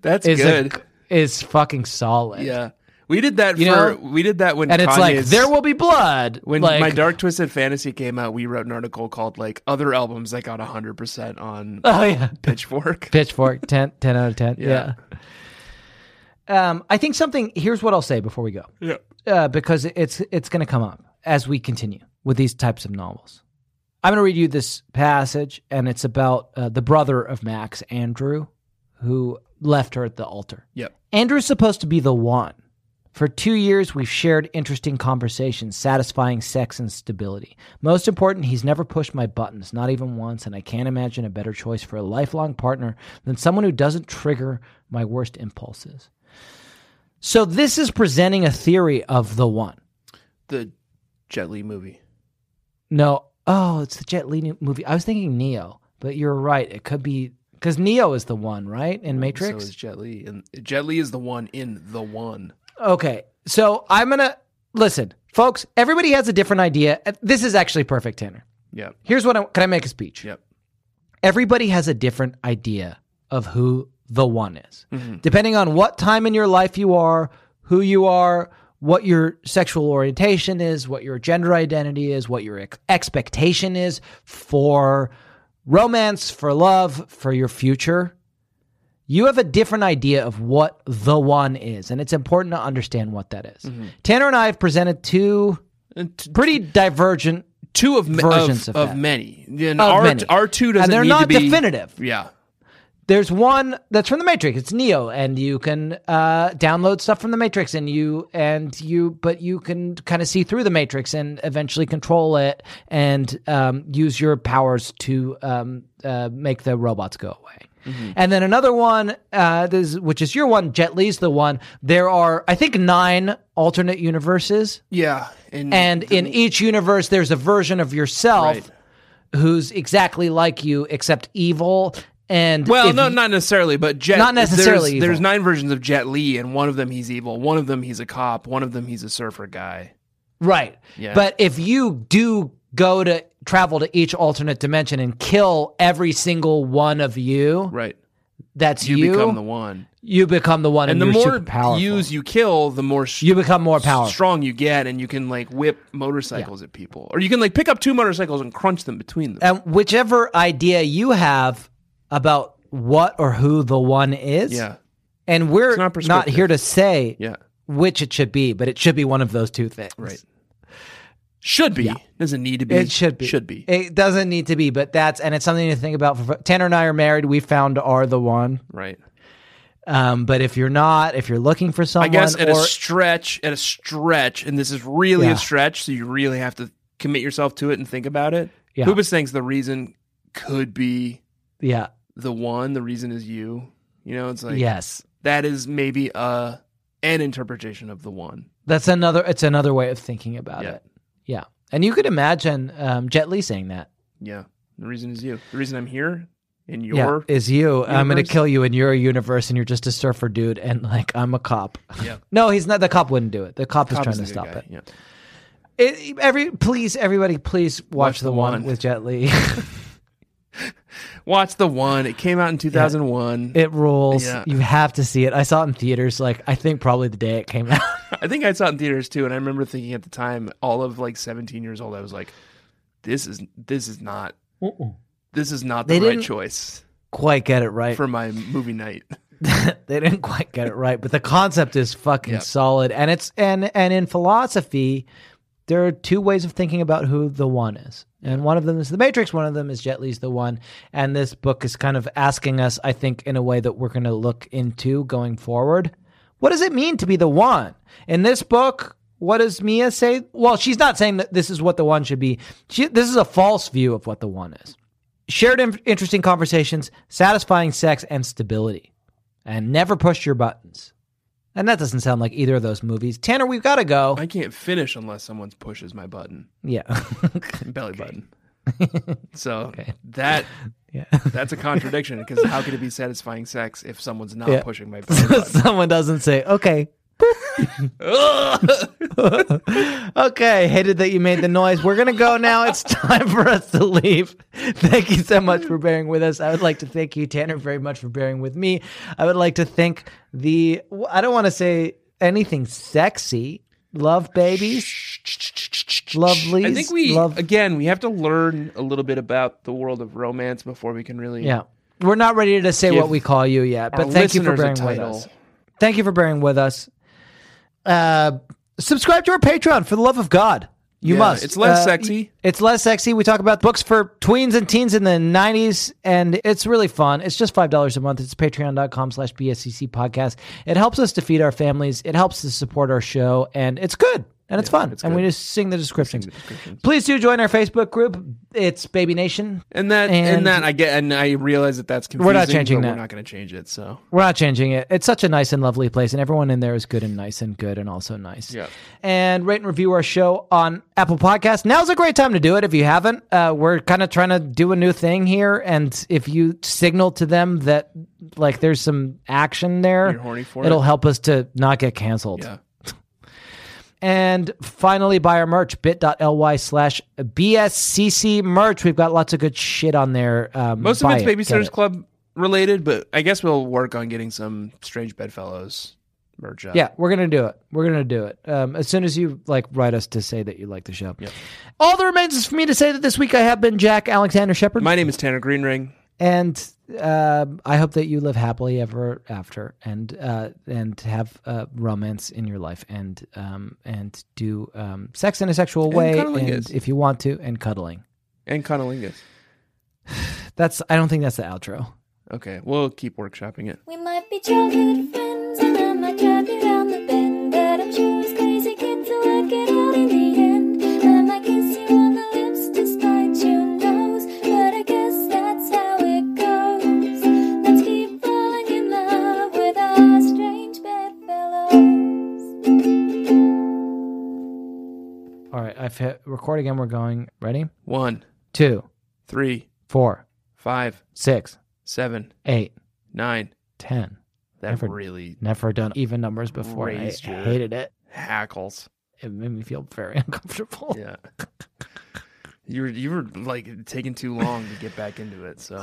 [SPEAKER 3] That's
[SPEAKER 2] is a-
[SPEAKER 3] good.
[SPEAKER 2] is fucking solid.
[SPEAKER 3] yeah, we did that
[SPEAKER 2] You
[SPEAKER 3] for
[SPEAKER 2] know?
[SPEAKER 3] we did that when
[SPEAKER 2] And it's like
[SPEAKER 3] Kanye's-
[SPEAKER 2] there will be blood.
[SPEAKER 3] When
[SPEAKER 2] like,
[SPEAKER 3] my Dark Twisted Fantasy came out, we wrote an article called like other albums that got 100% on
[SPEAKER 2] oh yeah,
[SPEAKER 3] Pitchfork.
[SPEAKER 2] pitchfork 10, 10 out of ten. Yeah.
[SPEAKER 3] Yeah.
[SPEAKER 2] Um, I think something. Here's what I'll say before we go,
[SPEAKER 3] Yeah.
[SPEAKER 2] uh, because it's it's going to come up as we continue with these types of novels. I'm going to read you this passage, and it's about uh, the brother of Max, Andrew, who left her at the altar.
[SPEAKER 3] Yep.
[SPEAKER 2] Andrew's supposed to be the one. For two years, we've shared interesting conversations, satisfying sex and stability. Most important, he's never pushed my buttons, not even once, and I can't imagine a better choice for a lifelong partner than someone who doesn't trigger my worst impulses. So, this is presenting a theory of the one.
[SPEAKER 3] The Jet Li movie.
[SPEAKER 2] No, oh, it's the Jet Li new- movie. I was thinking Neo, but you're right. It could be because Neo is the one, right? In
[SPEAKER 3] So
[SPEAKER 2] Matrix?
[SPEAKER 3] is Jet Li. And Jet Li is the one in The One.
[SPEAKER 2] Okay. So I'm going to listen, folks, everybody has a different idea. This is actually perfect, Tanner.
[SPEAKER 3] Yep.
[SPEAKER 2] Here's what I can I make a speech?
[SPEAKER 3] Yep.
[SPEAKER 2] Everybody has a different idea of who the one is, depending on what time in your life you are, who you are, what your sexual orientation is, what your gender identity is, what your ex- expectation is for romance, for love, for your future. You have a different idea of what the one is, and it's important to understand what that is. Tanner and I have presented two
[SPEAKER 3] And t-
[SPEAKER 2] pretty divergent
[SPEAKER 3] two of ma-
[SPEAKER 2] Versions
[SPEAKER 3] of,
[SPEAKER 2] of
[SPEAKER 3] of
[SPEAKER 2] that.
[SPEAKER 3] many.
[SPEAKER 2] Of
[SPEAKER 3] And our,
[SPEAKER 2] many.
[SPEAKER 3] our two
[SPEAKER 2] and
[SPEAKER 3] doesn't
[SPEAKER 2] they're
[SPEAKER 3] need
[SPEAKER 2] not
[SPEAKER 3] to be
[SPEAKER 2] definitive.
[SPEAKER 3] Yeah.
[SPEAKER 2] There's one that's from the Matrix. It's Neo, and you can uh, download stuff from the Matrix, and you and you, but you can kind of see through the Matrix and eventually control it and um, use your powers to um, uh, make the robots go away.
[SPEAKER 3] Mm-hmm.
[SPEAKER 2] And then another one, uh, this, which is your one, Jet Li's the one. There are, I think, nine alternate universes
[SPEAKER 3] Yeah, and,
[SPEAKER 2] and in e-, each universe there's a version of yourself
[SPEAKER 3] Mm-hmm. Right.
[SPEAKER 2] who's exactly like you except evil and
[SPEAKER 3] well,
[SPEAKER 2] if
[SPEAKER 3] no,
[SPEAKER 2] you-
[SPEAKER 3] not necessarily, but Jet.
[SPEAKER 2] Not necessarily
[SPEAKER 3] There's,
[SPEAKER 2] evil.
[SPEAKER 3] there's nine versions of Jet Li, and one of them he's evil. One of them he's a cop. One of them he's a surfer guy.
[SPEAKER 2] right
[SPEAKER 3] Yeah.
[SPEAKER 2] but if you do go to travel to each alternate dimension and kill every single one of you
[SPEAKER 3] Right.
[SPEAKER 2] that's
[SPEAKER 3] You,
[SPEAKER 2] you
[SPEAKER 3] become the one,
[SPEAKER 2] you become the one
[SPEAKER 3] and,
[SPEAKER 2] and,
[SPEAKER 3] the
[SPEAKER 2] you're
[SPEAKER 3] more
[SPEAKER 2] super powerful.
[SPEAKER 3] views you kill, the more s-
[SPEAKER 2] you become more powerful
[SPEAKER 3] strong you get, and you can like whip motorcycles at people, or you can like pick up two motorcycles and crunch them between them.
[SPEAKER 2] and whichever idea you have about what or who the one is
[SPEAKER 3] yeah,
[SPEAKER 2] and we're
[SPEAKER 3] not
[SPEAKER 2] not, here to say
[SPEAKER 3] yeah,
[SPEAKER 2] which it should be but it should be one of those two things
[SPEAKER 3] right. Should be doesn't need to be.
[SPEAKER 2] It should be.
[SPEAKER 3] Should be
[SPEAKER 2] It doesn't need to be, but that's and it's something to think about. For, Tanner and I are married. We found are the one.
[SPEAKER 3] right.
[SPEAKER 2] Um, but if you're not, if you're looking for
[SPEAKER 3] I
[SPEAKER 2] someone,
[SPEAKER 3] guess at a
[SPEAKER 2] or-
[SPEAKER 3] stretch, at a stretch, and this is really
[SPEAKER 2] Yeah.
[SPEAKER 3] a stretch, so you really have to commit yourself to it and think about it.
[SPEAKER 2] Yeah.
[SPEAKER 3] Hoopas thinks the reason could be
[SPEAKER 2] yeah,
[SPEAKER 3] the one. The reason is you. You know, it's like
[SPEAKER 2] yes,
[SPEAKER 3] that is maybe a an interpretation of the one.
[SPEAKER 2] that's another. It's another way of thinking about
[SPEAKER 3] Yeah.
[SPEAKER 2] it. Yeah, and you could imagine um, Jet Li saying that.
[SPEAKER 3] Yeah, the reason is you. The reason I'm here in
[SPEAKER 2] Yeah,
[SPEAKER 3] your
[SPEAKER 2] is you. I'm going to
[SPEAKER 3] universe?
[SPEAKER 2] kill you in your universe, and you're just a surfer dude, and like I'm a cop.
[SPEAKER 3] Yeah.
[SPEAKER 2] no, he's not. The cop wouldn't do it. The cop, is
[SPEAKER 3] Cobb
[SPEAKER 2] trying
[SPEAKER 3] is
[SPEAKER 2] to
[SPEAKER 3] the good
[SPEAKER 2] stop
[SPEAKER 3] guy.
[SPEAKER 2] it.
[SPEAKER 3] Yeah.
[SPEAKER 2] it. Every please, everybody, please watch, the,
[SPEAKER 3] The
[SPEAKER 2] one
[SPEAKER 3] One.
[SPEAKER 2] with Jet Li.
[SPEAKER 3] Watch the one. It came out in 2001.
[SPEAKER 2] It rules.
[SPEAKER 3] Yeah.
[SPEAKER 2] You have to see it. I saw it in theaters. Like I think probably the day it came out.
[SPEAKER 3] I think I saw it in theaters too, and I remember thinking at the time, all of like 17 years old, I was like, "This is this is not this is not the
[SPEAKER 2] They
[SPEAKER 3] right
[SPEAKER 2] didn't-
[SPEAKER 3] choice
[SPEAKER 2] quite get it right.
[SPEAKER 3] for my movie night."
[SPEAKER 2] they didn't quite get it right, but the concept is fucking
[SPEAKER 3] Yeah.
[SPEAKER 2] solid. And it's and and in philosophy, there are two ways of thinking about who the one is. And one of them is the Matrix. One of them is Jet Li's the one. And this book is kind of asking us, I think, in a way that we're going to look into going forward. What does it mean to be the one? In this book, what does Mia say? Well, she's not saying that this is what the one should be. She, this is a false view of what the one is. Shared in- interesting conversations, satisfying sex, and stability and never push your buttons. And that doesn't sound like either of those movies. Tanner, we've got to go.
[SPEAKER 3] I can't finish unless someone pushes my button,
[SPEAKER 2] yeah.
[SPEAKER 3] belly button. So that
[SPEAKER 2] yeah.
[SPEAKER 3] that's a contradiction because how could it be satisfying sex if someone's not
[SPEAKER 2] Yeah.
[SPEAKER 3] pushing my belly button?
[SPEAKER 2] Someone doesn't say, okay. okay, hated that you made the noise. We're going to go now. It's time for us to leave. Thank you so much for bearing with us. I would like to thank you, Tanner, very much for bearing with me. I would like to thank the, I don't want to say anything sexy, love babies, lovelies.
[SPEAKER 3] I think we
[SPEAKER 2] love,
[SPEAKER 3] again we have to learn a little bit about the world of romance before we can really
[SPEAKER 2] Yeah. We're not ready to say
[SPEAKER 3] Give
[SPEAKER 2] what we call you yet,
[SPEAKER 3] our
[SPEAKER 2] but thank you for
[SPEAKER 3] listeners
[SPEAKER 2] bearing
[SPEAKER 3] a
[SPEAKER 2] with
[SPEAKER 3] title.
[SPEAKER 2] us. Thank you for bearing with us. Uh, subscribe to our Patreon for the love of God. You
[SPEAKER 3] Yeah,
[SPEAKER 2] must.
[SPEAKER 3] it's less
[SPEAKER 2] Uh,
[SPEAKER 3] sexy.
[SPEAKER 2] It's less sexy. We talk about books for tweens and teens in the 90s, and it's really fun. It's just $5 a month. It's patreon.com slash BSCC podcast. It helps us to feed our families. It helps to support our show, and it's good. And it's fun. and we just sing the descriptions. Please do join our Facebook group. It's Baby Nation.
[SPEAKER 3] And that and,
[SPEAKER 2] And-
[SPEAKER 3] that I get and I realize that that's confusing.
[SPEAKER 2] not changing
[SPEAKER 3] but
[SPEAKER 2] that.
[SPEAKER 3] We're not going to change it. So
[SPEAKER 2] We're not changing it. It's such a nice and lovely place, and everyone in there is good and nice and good and also nice.
[SPEAKER 3] Yeah.
[SPEAKER 2] And rate and review our show on Apple Podcasts. Now's a great time to do it if you haven't. Uh, we're kind of trying to do a new thing here, and if you signal to them that like there's some action there,
[SPEAKER 3] You're horny for
[SPEAKER 2] it'll
[SPEAKER 3] it.
[SPEAKER 2] help us to not get canceled.
[SPEAKER 3] yeah,
[SPEAKER 2] And finally, buy our merch, bit.ly slash BSCC merch. We've got lots of good shit on there. Um,
[SPEAKER 3] most
[SPEAKER 2] buy
[SPEAKER 3] of it's
[SPEAKER 2] it, get
[SPEAKER 3] Babysitters
[SPEAKER 2] it.
[SPEAKER 3] Club related, but I guess we'll work on getting some Strange Bedfellows merch up.
[SPEAKER 2] Yeah, we're gonna do it. We're gonna do it. Um, as soon as you like write us to say that you like the show. All that remains is for me to say that this week I have been Jack Alexander Shepard,
[SPEAKER 3] My name is Tanner Greenring.
[SPEAKER 2] and um I hope that you live happily ever after, and uh, and have uh, romance in your life, and um, and do um, sex in a sexual way,
[SPEAKER 3] cunnilingus.
[SPEAKER 2] and if you want to, and cuddling.
[SPEAKER 3] and Conolingus.
[SPEAKER 2] That's I don't think that's the outro.
[SPEAKER 3] Okay, we'll keep workshopping it.
[SPEAKER 1] We might be childhood friends, and I might drive you round the bend. But I'm sure as crazy kids will work it out in the end. I might kiss you on the lips despite your nose. But I guess that's how it goes. Let's keep falling in love with our strange bedfellows.
[SPEAKER 2] All right, I've hit record again. We're going. Ready?
[SPEAKER 3] One,
[SPEAKER 2] Two,
[SPEAKER 3] three,
[SPEAKER 2] four,
[SPEAKER 3] five,
[SPEAKER 2] six,
[SPEAKER 3] seven,
[SPEAKER 2] eight,
[SPEAKER 3] nine.
[SPEAKER 2] ten.
[SPEAKER 3] That
[SPEAKER 2] Never-
[SPEAKER 3] really
[SPEAKER 2] Never done even numbers before. and I
[SPEAKER 3] Raised your-
[SPEAKER 2] hated it.
[SPEAKER 3] hackles.
[SPEAKER 2] It made me feel very uncomfortable.
[SPEAKER 3] Yeah. You were you were like taking too long to get back into it, so